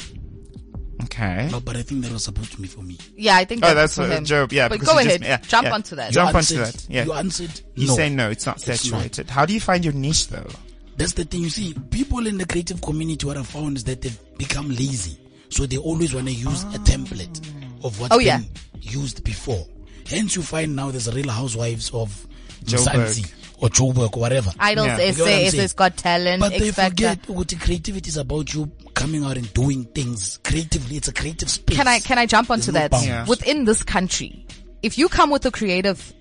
Speaker 6: Okay.
Speaker 4: But, but I think that was supposed to be for me.
Speaker 5: Yeah, I think
Speaker 6: Oh,
Speaker 5: that's,
Speaker 6: that's
Speaker 5: for
Speaker 6: a
Speaker 5: him.
Speaker 6: joke. Yeah,
Speaker 5: But
Speaker 6: because
Speaker 5: go
Speaker 6: you
Speaker 5: ahead,
Speaker 6: just- yeah,
Speaker 5: jump
Speaker 6: yeah.
Speaker 5: onto that.
Speaker 6: Jump
Speaker 4: You
Speaker 6: onto
Speaker 4: answered-
Speaker 6: that, yeah.
Speaker 4: You answered.
Speaker 6: You
Speaker 4: no.
Speaker 6: say no, it's not
Speaker 4: not.
Speaker 6: saturated. How do you find your niche though?
Speaker 4: That's the thing you see. People in the creative community, what I found is that they've become lazy. So they always want to use a template of what's
Speaker 5: Oh, yeah.
Speaker 4: been used before. Hence you find now there's real housewives of
Speaker 6: Joburg.
Speaker 4: Mzansi or Joburg or whatever.
Speaker 5: Idols,
Speaker 6: Yeah.
Speaker 4: You get what I'm
Speaker 5: essay,
Speaker 4: saying?
Speaker 5: essay's got talent,
Speaker 4: but
Speaker 5: X
Speaker 4: they
Speaker 5: Factor.
Speaker 4: forget what the creativity is about you coming out and doing things creatively. It's a creative space.
Speaker 5: Can I can I jump onto
Speaker 4: There's no
Speaker 5: that?
Speaker 4: bounds.
Speaker 6: Yeah.
Speaker 5: Within this country, if you come with a creative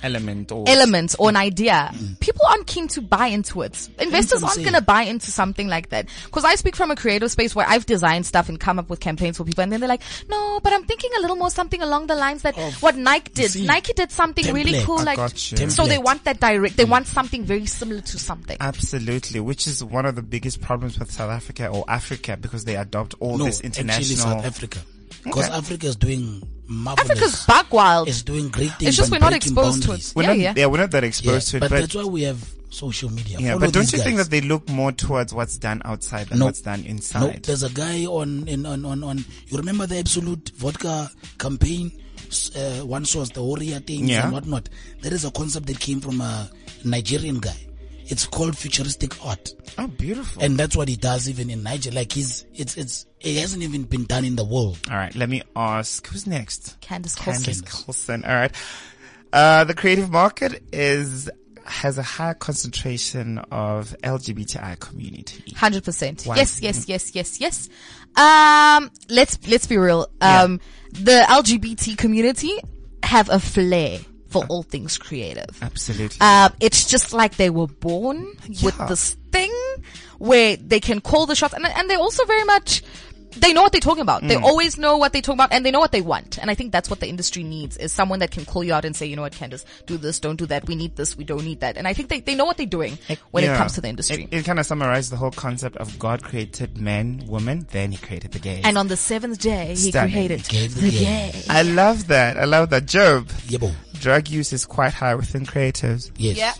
Speaker 6: Element or
Speaker 5: element or an
Speaker 4: Mm.
Speaker 5: idea, people aren't keen to buy into it. Investors
Speaker 4: I'm
Speaker 5: aren't
Speaker 4: saying.
Speaker 5: going to buy into something like that. Because I speak from a creative space where I've designed stuff and come up with campaigns for people, and then they're like, "No, but I'm thinking a little more something along the lines that what Nike did.
Speaker 4: see,
Speaker 5: Nike did something really
Speaker 4: template.
Speaker 5: cool,
Speaker 6: I
Speaker 5: like
Speaker 6: got you.
Speaker 5: so they
Speaker 4: Template. Mm.
Speaker 5: want that direct. They want something very similar to something.
Speaker 6: Absolutely, which is one of the biggest problems with South Africa or Africa because they adopt all
Speaker 4: no,
Speaker 6: this
Speaker 4: actually
Speaker 6: international.
Speaker 4: South Africa. Because Africa is doing marvelous.
Speaker 5: Africa's back wild.
Speaker 4: is doing great things.
Speaker 5: It's just
Speaker 4: and
Speaker 5: we're not
Speaker 4: breaking
Speaker 5: exposed to
Speaker 4: boundaries.
Speaker 5: it.
Speaker 6: We're
Speaker 5: yeah,
Speaker 6: not,
Speaker 5: yeah.
Speaker 6: we're not that
Speaker 4: Yeah,
Speaker 6: exposed to
Speaker 4: but,
Speaker 6: it. But,
Speaker 4: that's why we have social media.
Speaker 6: yeah,
Speaker 4: Follow
Speaker 6: but don't
Speaker 4: these
Speaker 6: you think
Speaker 4: guys.
Speaker 6: that they look more towards what's done outside than
Speaker 4: No.
Speaker 6: what's done
Speaker 4: No,
Speaker 6: inside?
Speaker 4: there's a guy on in, on, on on. You remember the Absolute Vodka campaign? S- Uh, one source, the Warrior things
Speaker 6: Yeah.
Speaker 4: and whatnot. That is a concept that came from a Nigerian guy. It's called futuristic art,
Speaker 6: oh, beautiful.
Speaker 4: and that's what he does even in Niger. Like he's it's it's it hasn't even been done in the world.
Speaker 6: All right, let me ask who's next?
Speaker 5: Candace
Speaker 6: Candace
Speaker 5: Colson.
Speaker 6: Colson. All right. Uh, the creative market is has a higher concentration of LGBTI community.
Speaker 5: Hundred percent.
Speaker 6: Why?
Speaker 5: Yes, yes, yes, yes, yes. Um, let's let's be real. Um, the LGBT community have a flair for all things creative.
Speaker 6: Absolutely.
Speaker 5: Um, it's just like they were born with
Speaker 6: Yeah.
Speaker 5: this thing where they can call the shots, and and they also very much. They know what they're talking about. They
Speaker 6: Mm.
Speaker 5: always know what they're talking about and they know what they want. And I think that's what the industry needs is someone that can call you out and say, you know what, Candace, do this, don't do that. We need this. We don't need that. And I think they, they know what they're doing when it
Speaker 6: Yeah.
Speaker 5: comes to the industry.
Speaker 6: It, kind of summarizes the whole concept of God created man, woman, then he created the gay.
Speaker 5: And on the seventh day, he
Speaker 6: Stunning.
Speaker 5: created
Speaker 4: Gave the
Speaker 5: the
Speaker 4: game.
Speaker 5: gay.
Speaker 6: I love that. I love that. Job,
Speaker 4: Yeah, bo.
Speaker 6: drug use is quite high within creatives.
Speaker 4: Yes.
Speaker 5: Yeah.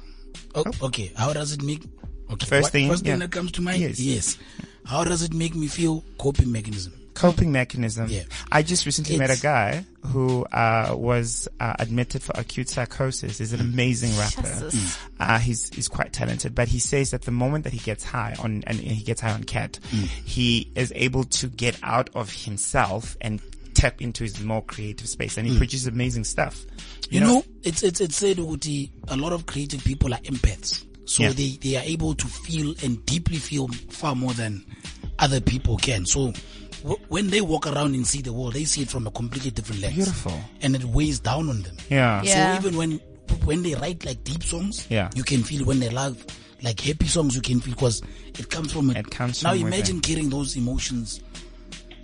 Speaker 4: Oh, okay. How does it make? Okay.
Speaker 6: First
Speaker 4: what-
Speaker 6: thing,
Speaker 4: First thing
Speaker 6: yeah.
Speaker 4: that comes to mind.
Speaker 6: Yes.
Speaker 4: How does it make me feel? Coping mechanism.
Speaker 6: Coping mechanism.
Speaker 4: Yeah.
Speaker 6: I just recently met
Speaker 4: It's-
Speaker 6: a guy who uh, was uh, admitted for acute psychosis. He's an
Speaker 4: Mm.
Speaker 6: amazing rapper.
Speaker 5: Jesus.
Speaker 6: Uh, he's he's quite talented, but he says that the moment that he gets high on and he gets high on cat,
Speaker 4: Mm.
Speaker 6: he is able to get out of himself and tap into his more creative space, and he produces amazing stuff.
Speaker 4: Mm. You know, it's it's it's said Uti, a lot of creative people are empaths, so
Speaker 6: Yeah.
Speaker 4: they they are able to feel and deeply feel far more than other people can. So w- when they walk around and see the world, they see it from a completely different lens.
Speaker 6: Beautiful.
Speaker 4: and it weighs down on them.
Speaker 6: Yeah.
Speaker 5: Yeah.
Speaker 4: So even when when they write like deep songs,
Speaker 6: Yeah.
Speaker 4: you can feel when they love like happy songs, you can feel because it comes from
Speaker 6: It comes
Speaker 4: now
Speaker 6: from within.
Speaker 4: imagine carrying those emotions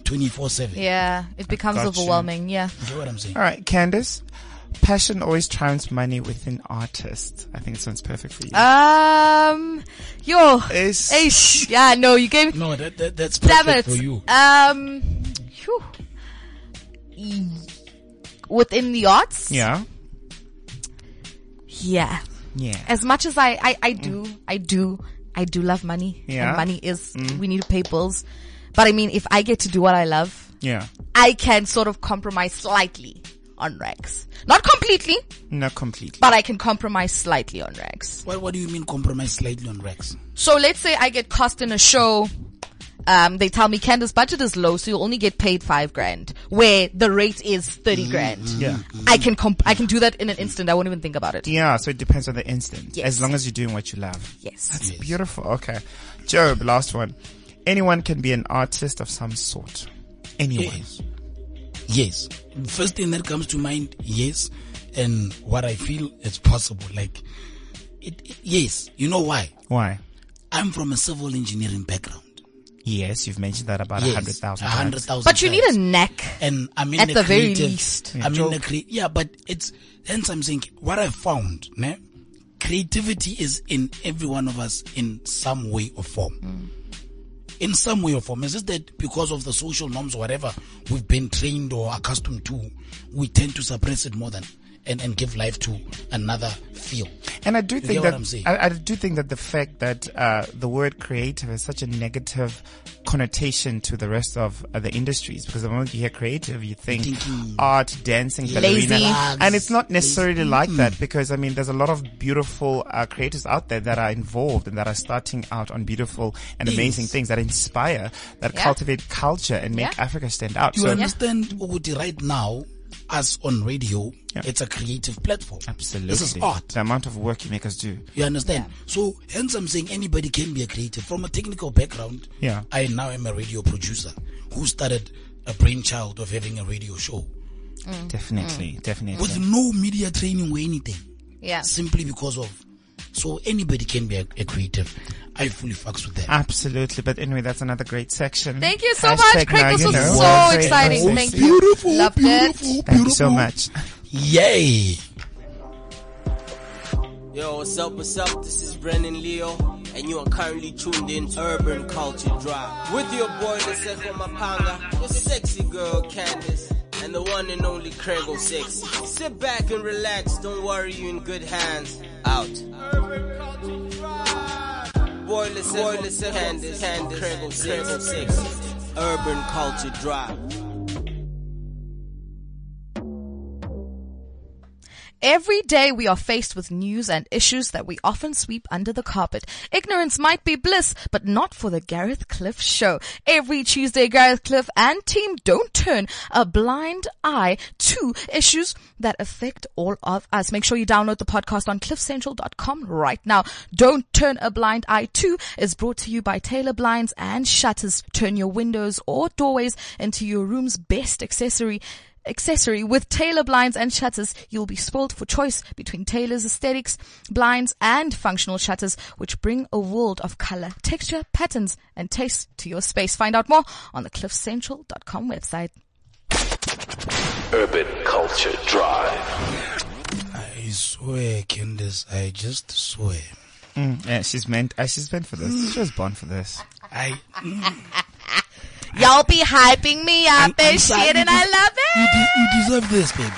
Speaker 4: twenty four seven.
Speaker 5: Yeah, it becomes
Speaker 6: Gotcha.
Speaker 5: overwhelming. Yeah.
Speaker 4: You get what I'm saying?
Speaker 6: All right, Candace. Passion always triumphs money within artists. I think it sounds perfect for you.
Speaker 5: Uh, Um, yo.
Speaker 6: It's-
Speaker 5: Eish. Yeah, no, you gave,
Speaker 4: No, that, that that's
Speaker 5: damn
Speaker 4: perfect
Speaker 5: it.
Speaker 4: for you.
Speaker 5: Um, phew. E- within the arts.
Speaker 6: yeah.
Speaker 5: Yeah.
Speaker 6: Yeah.
Speaker 5: As much as I, I, I do, I do, I do love money.
Speaker 6: Yeah.
Speaker 5: And money is, we need to pay bills. But I mean, if I get to do what I love,
Speaker 6: yeah.
Speaker 5: I can sort of compromise slightly on rags. Not completely,
Speaker 6: Not completely.
Speaker 5: but I can compromise slightly on rags.
Speaker 4: What, what do you mean compromise slightly on Rex?
Speaker 5: So let's say I get cast in a show. Um, they tell me Candace budget is low, so you'll only get paid five grand, where the rate is thirty grand.
Speaker 6: yeah.
Speaker 5: I can comp- I can do that in an instant. I won't even think about it.
Speaker 6: mm, Yeah, so it depends on the instant.
Speaker 5: Yes.
Speaker 6: As long as you're doing what you love.
Speaker 5: Yes.
Speaker 6: It's beautiful. Okay. Job, last one. Anyone can be an artist of some sort. Anyone.
Speaker 4: Yes. Yes. First thing that comes to mind, yes. And what I feel is possible. Like, it, it- yes. You know why?
Speaker 6: Why?
Speaker 4: I'm from a civil engineering background.
Speaker 6: Yes, you've mentioned that about a
Speaker 4: Yes.
Speaker 6: hundred thousand
Speaker 4: A
Speaker 6: times.
Speaker 4: hundred thousand.
Speaker 5: But you need a
Speaker 4: times.
Speaker 5: neck.
Speaker 4: And I'm in
Speaker 5: at the very
Speaker 4: creative-
Speaker 5: least.
Speaker 4: I'm in the cre- Yeah, but it's, hence I'm saying what I found, ne? Creativity is in every one of us in some way or form.
Speaker 5: Mm.
Speaker 4: in some way or form. Is it that because of the social norms, whatever we've been trained or accustomed to, we tend to suppress it more than and, and give life to another field?
Speaker 6: And I do
Speaker 4: get
Speaker 6: think
Speaker 4: what
Speaker 6: that
Speaker 4: I'm saying?
Speaker 6: I, I do think that the fact that uh, the word creative has such a negative connotation to the rest of uh, the industries, because the moment you hear creative, you think
Speaker 4: Thinking-
Speaker 6: art, dancing, ballerina.
Speaker 5: Lazy.
Speaker 6: and it's not necessarily like
Speaker 4: Hmm.
Speaker 6: that. Because I mean, there's a lot of beautiful uh, creators out there that are involved and that are starting out on beautiful and amazing things that inspire, that
Speaker 5: Yeah.
Speaker 6: cultivate culture and make
Speaker 5: Yeah.
Speaker 6: Africa stand out.
Speaker 4: You
Speaker 6: so
Speaker 4: understand, Uguti, right now, us on radio, it's a creative platform.
Speaker 6: absolutely,
Speaker 4: This is art.
Speaker 6: The amount of work you make us do.
Speaker 4: You understand? So, hence I'm saying anybody can be a creative. From a technical background,
Speaker 6: Yeah.
Speaker 4: I now am a radio producer who started a brainchild of having a radio show Mm.
Speaker 6: Definitely, definitely.
Speaker 4: with no media training or anything.
Speaker 5: Yeah.
Speaker 4: simply because of. So anybody can be a, a creative. I fully fucks with that.
Speaker 6: Ah, Absolutely. But anyway, that's another great section.
Speaker 5: Thank you so much, Craig.
Speaker 6: now
Speaker 5: This
Speaker 6: you
Speaker 5: was
Speaker 6: know.
Speaker 5: so
Speaker 6: Well, great
Speaker 5: exciting.
Speaker 6: conversation.
Speaker 5: Thank you.
Speaker 4: Beautiful,
Speaker 5: Loved
Speaker 4: beautiful,
Speaker 5: it.
Speaker 6: Thank you so much.
Speaker 4: Yay!
Speaker 3: Yo, what's up, what's up? This is Brennan Leo, and you are currently tuned in to Urban Culture Drive. With your boy, the Seco Mapanga, your sexy girl, Candace, and the one and only Krangle 6. Sit back and relax, don't worry, you in good hands. Out. Boiler Boiler Candace, Candace, Krangle 6. Krangle 6. Urban Culture Drive.
Speaker 5: Every day we are faced with news and issues that we often sweep under the carpet. Ignorance might be bliss, but not for the Gareth Cliff show. Every Tuesday, Gareth Cliff and team don't turn a blind eye to issues that affect all of us. Make sure you download the podcast on cliffcentral.com right now. Don't turn a blind eye to is brought to you by Taylor Blinds and Shutters. Turn your windows or doorways into your room's best accessory accessory with tailor blinds and shutters, you'll be spoiled for choice between tailor's aesthetics, blinds and functional shutters, which bring a world of color, texture, patterns and taste to your space. Find out more on the cliffcentral.com website.
Speaker 7: Urban Culture Drive.
Speaker 4: I swear, Candace, I just swear.
Speaker 6: Yeah, she's meant. Uh, she's meant for this. She was born for this.
Speaker 4: I
Speaker 5: Y'all be hyping me up
Speaker 4: I'm
Speaker 5: and
Speaker 4: sorry,
Speaker 5: shit and I
Speaker 4: you-
Speaker 5: love
Speaker 4: you,
Speaker 5: it.
Speaker 4: de- you deserve this, babe.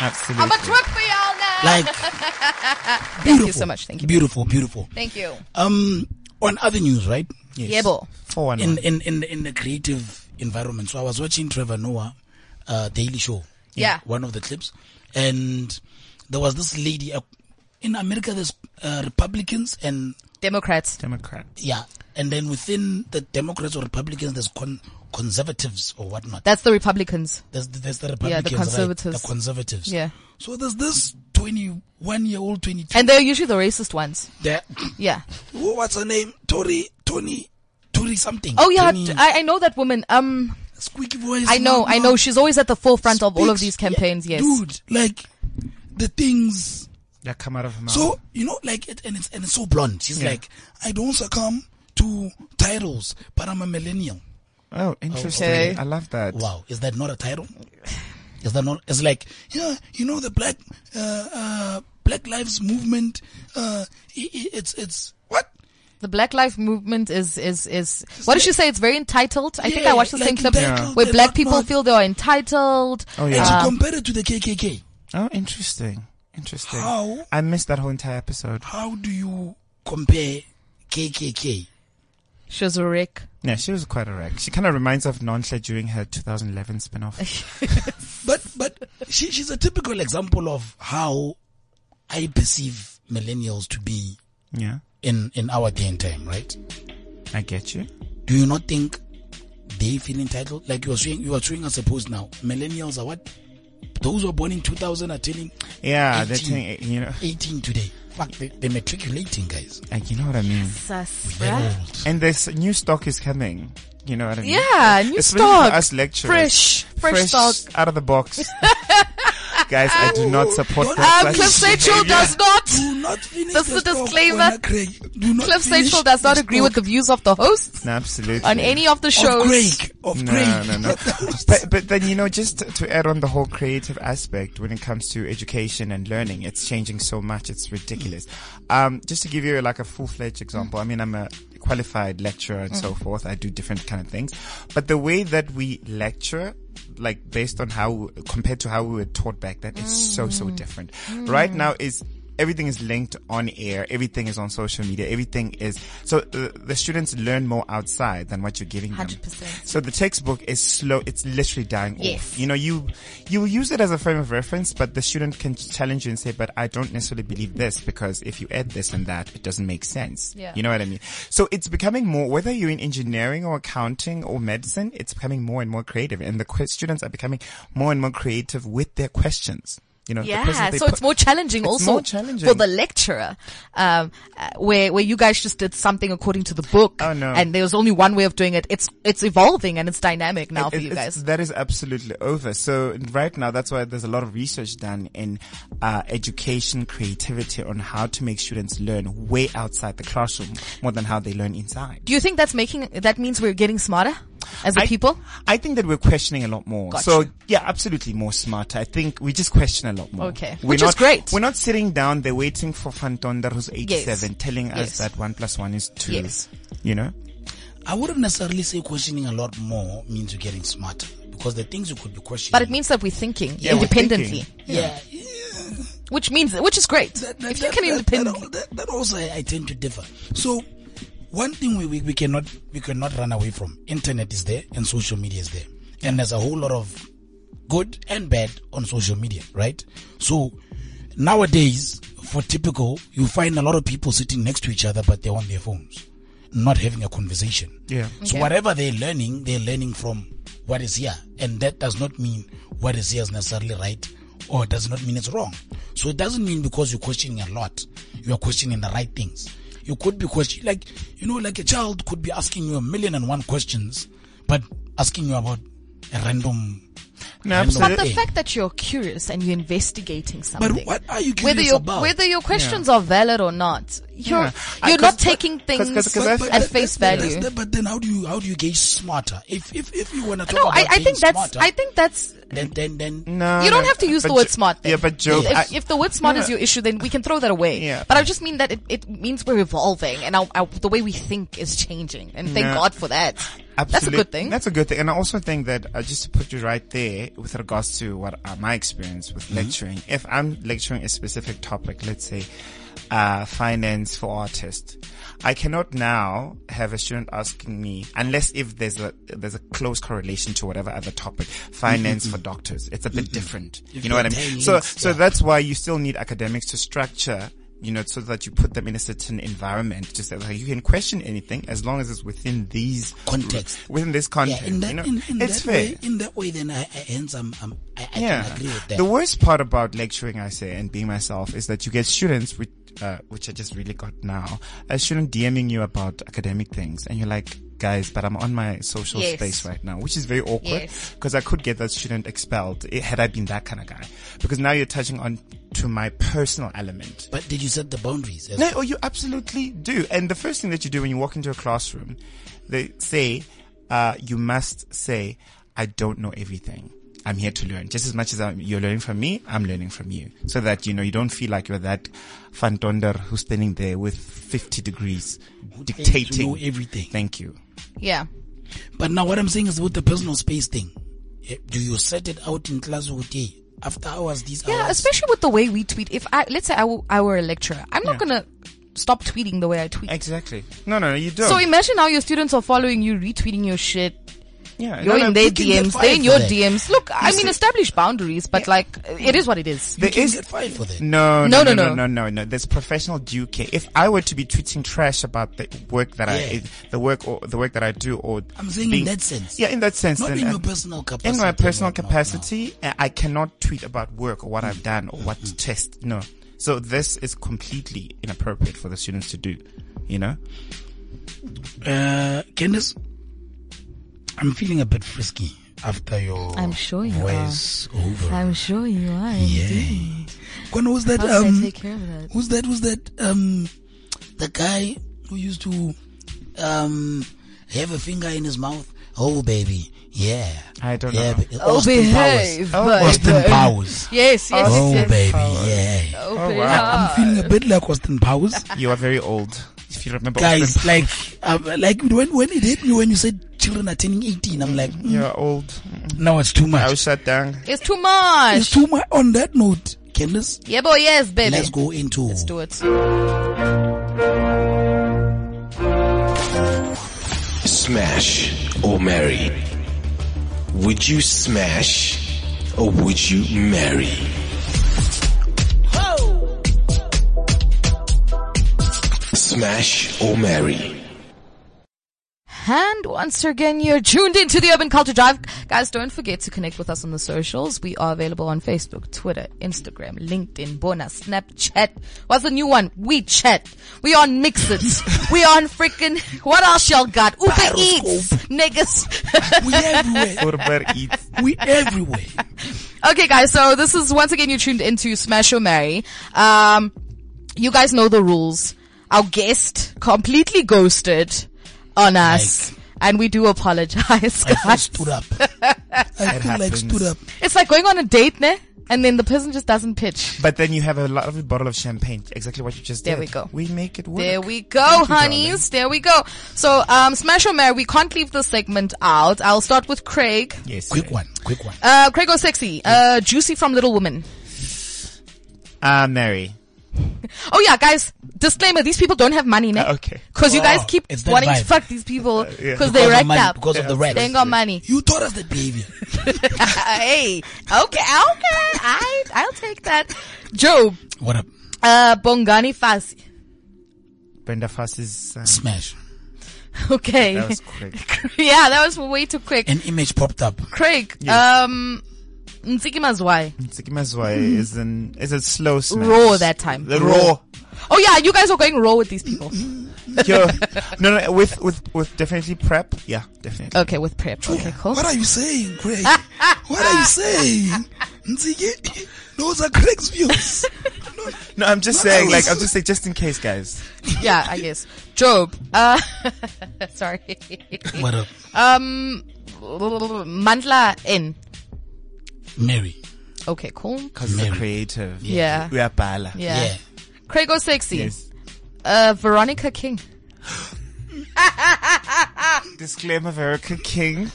Speaker 6: Absolutely.
Speaker 5: I'm a twerk for y'all now.
Speaker 4: Like beautiful.
Speaker 5: Thank you so much. Thank you.
Speaker 4: Beautiful, beautiful.
Speaker 5: Thank you.
Speaker 4: Um, on other news, right?
Speaker 5: Yeah, boy.
Speaker 6: Four one
Speaker 4: In
Speaker 6: one.
Speaker 4: in in in the creative environment. So I was watching Trevor Noah, uh, Daily Show.
Speaker 5: Yeah.
Speaker 4: One of the clips, and there was this lady. Uh, in America, there's uh, Republicans and
Speaker 5: Democrats.
Speaker 6: Democrats.
Speaker 4: yeah, and then within the Democrats or Republicans, there's con- conservatives or whatnot.
Speaker 5: That's the Republicans.
Speaker 4: There's, there's the
Speaker 5: Yeah,
Speaker 4: Republicans,
Speaker 5: the
Speaker 4: right?
Speaker 5: conservatives.
Speaker 4: The conservatives.
Speaker 5: Yeah.
Speaker 4: So there's this 21 year old, 22.
Speaker 5: And they're usually the racist ones.
Speaker 4: there,
Speaker 5: Yeah.
Speaker 4: who- what's her name? Tori, Tony, Tori something.
Speaker 5: Oh yeah,
Speaker 4: Tony-
Speaker 5: I, I know that woman. Um,
Speaker 4: squeaky voice.
Speaker 5: I
Speaker 4: man,
Speaker 5: know, I
Speaker 4: man,
Speaker 5: know. She's always at the forefront of all of
Speaker 4: speaks.
Speaker 5: these campaigns. Yes.
Speaker 4: Dude, like the things.
Speaker 6: That come out of her mouth.
Speaker 4: So, you know, like, it, and it's, and it's so blunt. She's
Speaker 6: Yeah.
Speaker 4: like, I don't succumb to titles, but I'm a millennial.
Speaker 6: oh, interesting.
Speaker 5: Okay.
Speaker 6: I love that.
Speaker 4: Wow, is that not a title? Is that not? It's like yeah, you know the black uh, uh, Black Lives Movement. Uh, i- i- it's it's what?
Speaker 5: The Black Life Movement is is is. What did she say? It's very entitled. I think
Speaker 4: Yeah,
Speaker 5: I watched the same
Speaker 4: like
Speaker 5: clip
Speaker 4: entitled
Speaker 5: where
Speaker 4: and
Speaker 5: black people
Speaker 4: whatnot.
Speaker 5: feel they are entitled.
Speaker 6: Oh
Speaker 4: And she
Speaker 5: Uh,
Speaker 6: yeah.
Speaker 4: compared it to the KKK.
Speaker 6: oh, interesting. Interesting.
Speaker 4: How?
Speaker 6: I missed that whole entire episode.
Speaker 4: How do you compare KKK?
Speaker 5: She was a wreck.
Speaker 6: Yeah, she was quite a wreck. She kind of reminds of Nontle during her 2011 spin-off.
Speaker 4: But but she, she's a typical example of how I perceive millennials to be
Speaker 6: yeah,
Speaker 4: in in our day and time, right?
Speaker 6: I get you.
Speaker 4: Do you not think they feel entitled? Like you were saying, you were showing us a post now. Millennials are what? Those who are born in 2000 are telling
Speaker 6: Yeah, they're
Speaker 4: 18.
Speaker 6: telling- you know,
Speaker 4: 18 today. Fuck, they, they're matriculating, guys.
Speaker 6: like, you know what I mean.
Speaker 5: Sus,
Speaker 4: They're
Speaker 5: bruh.
Speaker 4: old.
Speaker 6: And this new stock is coming. You know what I mean?
Speaker 5: Yeah, new
Speaker 6: Especially
Speaker 5: stock.
Speaker 6: For us lecturers.
Speaker 5: Fresh, fresh stock.
Speaker 6: out of the box. Guys, I do not support that.
Speaker 5: Um, Cliff
Speaker 6: class-
Speaker 5: Central does not.
Speaker 4: Do not finish
Speaker 5: That's the
Speaker 4: the stock,
Speaker 5: disclaimer.
Speaker 4: Wena Craig. Do not
Speaker 5: Cliff
Speaker 4: finish
Speaker 5: Central does not agree with the views of the hosts
Speaker 6: No, absolutely.
Speaker 5: on any of the
Speaker 4: stock
Speaker 5: shows.
Speaker 4: of Craig. Of
Speaker 6: no,
Speaker 4: Craig.
Speaker 6: no, no. but, but then, you know, just to- to add on the whole creative aspect when it comes to education and learning, it's changing so much. It's ridiculous. Um, just to give you like a full-fledged example, I mean, I'm a qualified lecturer and so forth. I do different kind of things, but the way that we lecture, like based on how, compared to how we were taught back then, it's so, so different. Right now is everything is linked on air. Everything is on social media. Everything is so the, the students learn more outside than what you're giving them.
Speaker 5: 100%.
Speaker 6: So the textbook is slow. It's literally dying
Speaker 5: Yes.
Speaker 6: off. You know, you you use it as a frame of reference, but the student can challenge you and say, "But I don't necessarily believe this because if you add this and that, it doesn't make sense."
Speaker 5: Yeah.
Speaker 6: You know what I mean? So it's becoming more. Whether you're in engineering or accounting or medicine, it's becoming more and more creative, and the que- students are becoming more and more creative with their questions. You know, the
Speaker 5: Yeah,
Speaker 6: questions they
Speaker 5: so
Speaker 6: put-
Speaker 5: it's more challenging
Speaker 6: It's
Speaker 5: also
Speaker 6: more challenging.
Speaker 5: for the lecturer, um, uh, where where you guys just did something according to the book.
Speaker 6: Oh, no.
Speaker 5: And there was only one way of doing it. It's it's evolving and it's dynamic now
Speaker 6: It-
Speaker 5: for
Speaker 6: it-
Speaker 5: you
Speaker 6: it's-
Speaker 5: guys.
Speaker 6: That is absolutely over. So right now, that's why there's a lot of research done in uh, education, creativity on how to make students learn way outside the classroom more than how they learn inside.
Speaker 5: Do you think that's making that means we're getting smarter as a
Speaker 6: I-
Speaker 5: people?
Speaker 6: I think that we're questioning a lot more.
Speaker 5: Gotcha.
Speaker 6: So yeah, absolutely more smarter. I think we just question a lot more.
Speaker 5: Okay.
Speaker 6: We're
Speaker 5: Which is
Speaker 6: not,
Speaker 5: great.
Speaker 6: We're not sitting down there waiting for Fantonder who's 87 telling
Speaker 5: Yes.
Speaker 6: us that one plus one is two.
Speaker 5: Yes.
Speaker 6: You know?
Speaker 4: I wouldn't necessarily say questioning a lot more means you're getting smarter. because the things you could be questioning.
Speaker 5: But it means that we're thinking
Speaker 6: Yeah, we're
Speaker 5: independently,
Speaker 6: thinking.
Speaker 4: yeah,
Speaker 5: which means which is great.
Speaker 4: that-
Speaker 5: if you
Speaker 4: that-
Speaker 5: can
Speaker 4: that-
Speaker 5: independently,
Speaker 4: That, that, that also I, I tend to differ. So one thing we, we, we cannot we cannot run away from. Internet is there and social media is there. And there's a whole lot of good and bad on social media, right? So nowadays for typical you find a lot of people sitting next to each other but they're on their phones, not having a conversation.
Speaker 6: Yeah.
Speaker 4: So
Speaker 5: Okay.
Speaker 4: whatever they're learning, they're learning from what is here. And that does not mean what is here is necessarily right or it does not mean it's wrong. So it doesn't mean because you're questioning a lot, you are questioning the right things. You could be questioning, like, you know, like a child could be asking you a million and one questions, but asking you about a random.
Speaker 6: No,
Speaker 4: random
Speaker 5: but the
Speaker 4: thing.
Speaker 5: fact that you're curious and you're investigating something,
Speaker 4: what are you
Speaker 5: whether
Speaker 4: curious
Speaker 5: your
Speaker 4: about?
Speaker 5: whether your questions are valid or not, you're
Speaker 6: Yeah. I-
Speaker 5: you're
Speaker 6: 'cause-
Speaker 5: not taking
Speaker 6: 'cause- 'cause-
Speaker 5: things
Speaker 6: 'cause I-
Speaker 5: at
Speaker 4: that-
Speaker 5: face
Speaker 4: that-
Speaker 5: value.
Speaker 4: that- but then how do you how do you gauge smarter? If if if you want to talk
Speaker 5: no,
Speaker 4: about
Speaker 5: I, I
Speaker 4: being
Speaker 5: think that's
Speaker 4: smarter,
Speaker 5: I think that's
Speaker 4: then then then
Speaker 6: No,
Speaker 5: you don't
Speaker 6: no,
Speaker 5: have to use
Speaker 6: but
Speaker 5: the word
Speaker 6: Jo-
Speaker 5: smart. Then.
Speaker 6: Yeah, but Joe,
Speaker 5: if,
Speaker 6: I-
Speaker 5: if the word smart
Speaker 6: No,
Speaker 5: is
Speaker 6: no.
Speaker 5: your issue, then we can throw that away.
Speaker 6: Yeah.
Speaker 5: But I just mean that it, it means we're evolving and our, our, the way we think is changing, and thank
Speaker 6: No.
Speaker 5: God for that. That's a
Speaker 6: Absolute-
Speaker 5: good thing.
Speaker 6: That's a good thing. And I also think that uh, just to put you right there with regards to what uh, my experience
Speaker 5: Mm-hmm.
Speaker 6: with lecturing, if I'm lecturing a specific topic, let's say, uh, finance for artists, I cannot now have a student asking me, unless if there's a, there's a close correlation to whatever other topic, finance
Speaker 5: Mm-hmm.
Speaker 6: for doctors. It's a bit different. you know what I
Speaker 4: they're
Speaker 6: mean? So,
Speaker 4: linked,
Speaker 6: so
Speaker 4: yeah.
Speaker 6: that's why you still need academics to structure you know, so that you put them in a certain environment, just that like, you can question anything as long as it's within these
Speaker 4: Context.
Speaker 6: within this
Speaker 4: yeah,
Speaker 6: context.
Speaker 4: in that
Speaker 6: you know,
Speaker 4: in, in that
Speaker 6: it's fair.
Speaker 4: way, in that way, then I, I hence I'm, I'm I, I
Speaker 6: yeah.
Speaker 4: can agree with that.
Speaker 6: The worst part about lecturing, I say, and being myself, is that you get students which, uh, which I just really got now, a student DMing you about academic things, and you're like. Guys, but I'm on my social
Speaker 5: Yes.
Speaker 6: space right now, which is very awkward
Speaker 5: Yes.
Speaker 6: because I could get that student expelled eh, had I been that kind of guy. Because now you're touching on to my personal element.
Speaker 4: but did you set the boundaries? As-
Speaker 6: No, oh, you absolutely do. And the first thing that you do when you walk into a classroom, they say, uh, you must say, I don't know everything. I'm here to learn. Just as much as I'm, you're learning from me, I'm learning from you. So that, you know, you don't feel like you're that fantonder who's standing there with 50 degrees
Speaker 4: claims to
Speaker 6: dictating.
Speaker 4: know everything.
Speaker 6: Thank you.
Speaker 5: yeah.
Speaker 4: But now what I'm saying is with the personal space thing. eh, Do you set it out in class with hey, after hours? These
Speaker 5: Yeah,
Speaker 4: hours.
Speaker 5: especially with the way we tweet. If I let's say I w- I were a lecturer, I'm not
Speaker 6: Yeah.
Speaker 5: gonna stop tweeting the way I tweet.
Speaker 6: Exactly. No, no, no, you don't.
Speaker 5: So imagine how your students are following you, retweeting your shit.
Speaker 6: yeah,
Speaker 5: You're
Speaker 6: no, no,
Speaker 5: in their
Speaker 4: you can get
Speaker 5: DMs,
Speaker 4: fired
Speaker 5: they're in your
Speaker 4: for that.
Speaker 5: DMs. Look, I mean,
Speaker 6: see-
Speaker 5: establish boundaries, but like, it is what it is.
Speaker 6: there
Speaker 4: You
Speaker 6: is-
Speaker 4: get fired for that.
Speaker 6: No,
Speaker 5: No, no,
Speaker 6: no, no, no,
Speaker 5: no.
Speaker 6: no, no, no, There's professional due care. If I were to be tweeting trash about the work that
Speaker 4: Yeah.
Speaker 6: I, the work or the work that I do, or
Speaker 4: I'm saying in
Speaker 6: being-
Speaker 4: that sense.
Speaker 6: yeah, in that sense,
Speaker 4: Not
Speaker 6: then,
Speaker 4: in
Speaker 6: uh,
Speaker 4: your personal capacity.
Speaker 6: in my personal
Speaker 4: no, no, no.
Speaker 6: capacity, uh, I cannot tweet about work or what I've done or
Speaker 4: Mm-hmm.
Speaker 6: what test. No, so this is completely inappropriate for the students to do. You know,
Speaker 4: Uh, Candice, I'm feeling a bit frisky after your
Speaker 5: I'm sure you
Speaker 4: voice over.
Speaker 5: I'm sure you are.
Speaker 4: yeah. When was that?
Speaker 5: How should I
Speaker 4: um,
Speaker 5: take care of that?
Speaker 4: Who's that? Who's that? Um, the guy who used to um have a finger in his mouth. Oh baby, yeah.
Speaker 6: I don't
Speaker 4: yeah,
Speaker 6: know.
Speaker 4: ba-
Speaker 5: Oh,
Speaker 4: Austin
Speaker 5: behave.
Speaker 4: Powers.
Speaker 5: but-
Speaker 4: Austin Powers.
Speaker 5: Yes, yes,
Speaker 4: Oh
Speaker 5: yes. yes.
Speaker 4: baby, yeah.
Speaker 5: Oh,
Speaker 6: wow.
Speaker 5: yeah.
Speaker 4: I'm feeling a bit like Austin Powers,
Speaker 6: you are very old. If you remember,
Speaker 4: Ah. guys. Like, um, like when when it hit me when you said children are turning 18, I'm like, mm,
Speaker 6: you're old.
Speaker 4: no, it's too
Speaker 6: I
Speaker 4: much.
Speaker 6: was shut down.
Speaker 5: It's too much.
Speaker 4: It's too much. On that note, Candice,
Speaker 5: yeah, boy, yes, baby.
Speaker 4: let's go into
Speaker 5: Let's do it.
Speaker 8: Smash or marry? Would you smash or would you marry? Smash or marry?
Speaker 5: And once again, you're tuned into the Urban Culture Drive. Guys, don't forget to connect with us on the socials. We are available on Facebook, Twitter, Instagram, LinkedIn, Bona, Snapchat. What's the new one? WeChat. We on Mixit. we on freaking, what else y'all got? Uber Eats. Niggas.
Speaker 4: We everywhere.
Speaker 6: Uber Eats.
Speaker 4: we everywhere.
Speaker 5: Okay, guys. So this is once again you tuned into Smash or Marry. Um, you guys know the rules. Our guest completely ghosted on us, and we do apologize,
Speaker 4: I feel
Speaker 5: guys.
Speaker 4: stood up. I feel like
Speaker 6: happens.
Speaker 4: stood up.
Speaker 5: It's like going on a date, ne? And then the person just doesn't pitch.
Speaker 6: But then you have a lovely bottle of champagne. Exactly what you just
Speaker 5: There
Speaker 6: did.
Speaker 5: we go.
Speaker 6: We make it work.
Speaker 5: There we go,
Speaker 6: Thank you, darling.
Speaker 5: honeys. There we go. So, um, smash or marry, we can't leave this segment out. I'll start with Craig.
Speaker 6: Yes.
Speaker 4: Quick one, quick one.
Speaker 5: Uh, Craig or sexy? Uh, juicy from Little Women.
Speaker 6: Ah, Mary.
Speaker 5: Oh yeah, guys. Disclaimer: These people don't have money, ne?
Speaker 6: Uh, okay.
Speaker 5: Because you guys
Speaker 4: Oh,
Speaker 5: keep
Speaker 4: it's that
Speaker 5: wanting to
Speaker 4: vibe.
Speaker 5: fuck these people
Speaker 6: yeah.
Speaker 5: because they
Speaker 4: of
Speaker 5: racked
Speaker 4: money,
Speaker 5: up.
Speaker 4: because of the racks.
Speaker 5: They ain't got money.
Speaker 4: You taught us that behavior.
Speaker 5: Uh, hey, okay, okay. I I'll take that. Job,
Speaker 4: What up?
Speaker 5: uh, Bongani Fasi.
Speaker 6: Brenda Fass's. Uh,
Speaker 4: Smash.
Speaker 5: Okay.
Speaker 6: that was quick.
Speaker 5: yeah, that was way too quick.
Speaker 4: An image popped up.
Speaker 5: Craig, um, Ntsiki Mazwai.
Speaker 6: Tsikimazwai is an is a slow smash.
Speaker 5: Mm. Raw that time.
Speaker 6: The raw.
Speaker 5: Oh yeah, you guys are going raw with these people.
Speaker 6: Mm-hmm. Yo, no, no, with with with definitely prep. Yeah, definitely.
Speaker 5: Okay, with
Speaker 6: Oh,
Speaker 5: prep. Okay, cool.
Speaker 4: What are you saying, Craig? what are you saying? Ntsiki, Those are Craig's views.
Speaker 6: No, I'm just
Speaker 4: No,
Speaker 6: saying,
Speaker 4: that was-
Speaker 6: like, I'm just saying, just in case, guys.
Speaker 5: Yeah, I guess. Job, uh, sorry.
Speaker 4: what up?
Speaker 5: Um, Mandla N.
Speaker 4: Mary.
Speaker 5: Okay, cool.
Speaker 6: Cause it's
Speaker 4: Mary.
Speaker 6: creative.
Speaker 5: Yeah.
Speaker 6: We are bala.
Speaker 5: Yeah.
Speaker 4: Yeah.
Speaker 5: Craig or sexy?
Speaker 6: Yes.
Speaker 5: Uh, Veronica King.
Speaker 6: Disclaimer, Veronica King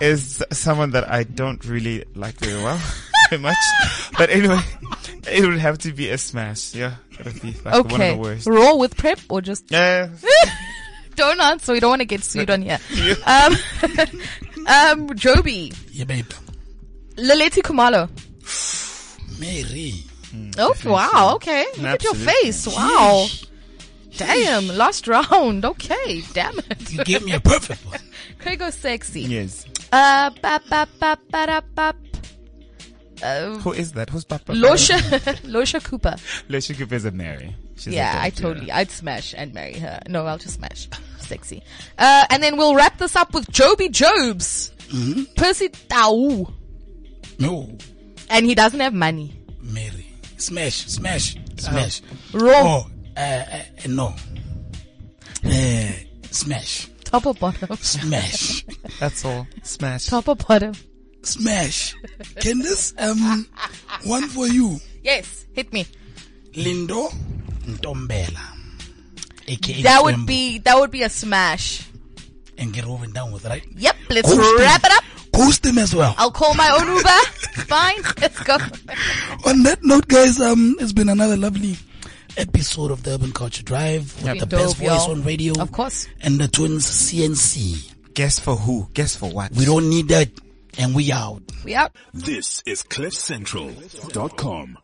Speaker 6: is someone that I don't really like very well, very much. But anyway, it would have to be a smash. Yeah. It would be like one of
Speaker 5: Okay.
Speaker 6: the worst. Uh,
Speaker 5: Raw with prep or just
Speaker 6: Yeah.
Speaker 5: don't answer. We don't want to get sued on here. Um, um, Joby.
Speaker 4: Yeah, babe.
Speaker 5: Leleti Kumalo.
Speaker 4: Mary.
Speaker 5: Oh, wow. Okay. Look at your
Speaker 6: Absolutely.
Speaker 5: face. Wow. Damn. Last round. Okay. Damn it.
Speaker 4: You gave me a perfect one.
Speaker 5: Craig or sexy?
Speaker 6: Yes.
Speaker 5: Uh, ba, ba, ba, ba, da, ba.
Speaker 6: Who is that? Who's Papa?
Speaker 5: Losha, Losha Cooper.
Speaker 6: Losha Cooper is a Mary. She's a
Speaker 5: Yeah,
Speaker 6: dope,
Speaker 5: I totally, I'd smash and marry her. No, I'll just smash. Sexy. Uh, and then we'll wrap this up with Joby Jobs. Percy Tau.
Speaker 4: No.
Speaker 5: And he doesn't have money.
Speaker 4: Mary. Smash, smash,
Speaker 5: Oh.
Speaker 4: smash.
Speaker 5: Raw.
Speaker 4: Oh, uh, uh, no. Uh, smash,
Speaker 5: Top or bottom?
Speaker 4: smash,
Speaker 6: That's all. Smash.
Speaker 5: Top or bottom?
Speaker 4: smash. Can this, um, one for you,
Speaker 5: Yes, hit me.
Speaker 4: Lindo Ntombela. AKA
Speaker 5: That would
Speaker 4: Ntombo.
Speaker 5: be, that would be a smash.
Speaker 4: And get over and done with, right?
Speaker 5: Yep, let's
Speaker 4: Ghosting.
Speaker 5: wrap it up.
Speaker 4: Post him as well.
Speaker 5: I'll call my own Uber. Fine, let's go.
Speaker 4: On that note, guys, um, it's been another lovely episode of the Urban Culture Drive with the
Speaker 5: Dope,
Speaker 4: best voice
Speaker 5: y'all.
Speaker 4: on radio.
Speaker 5: Of course.
Speaker 4: And the twins CNC.
Speaker 6: Guess for who? Guess for what?
Speaker 4: We don't need that. And we out.
Speaker 5: We out.
Speaker 1: This is CliffCentral.com.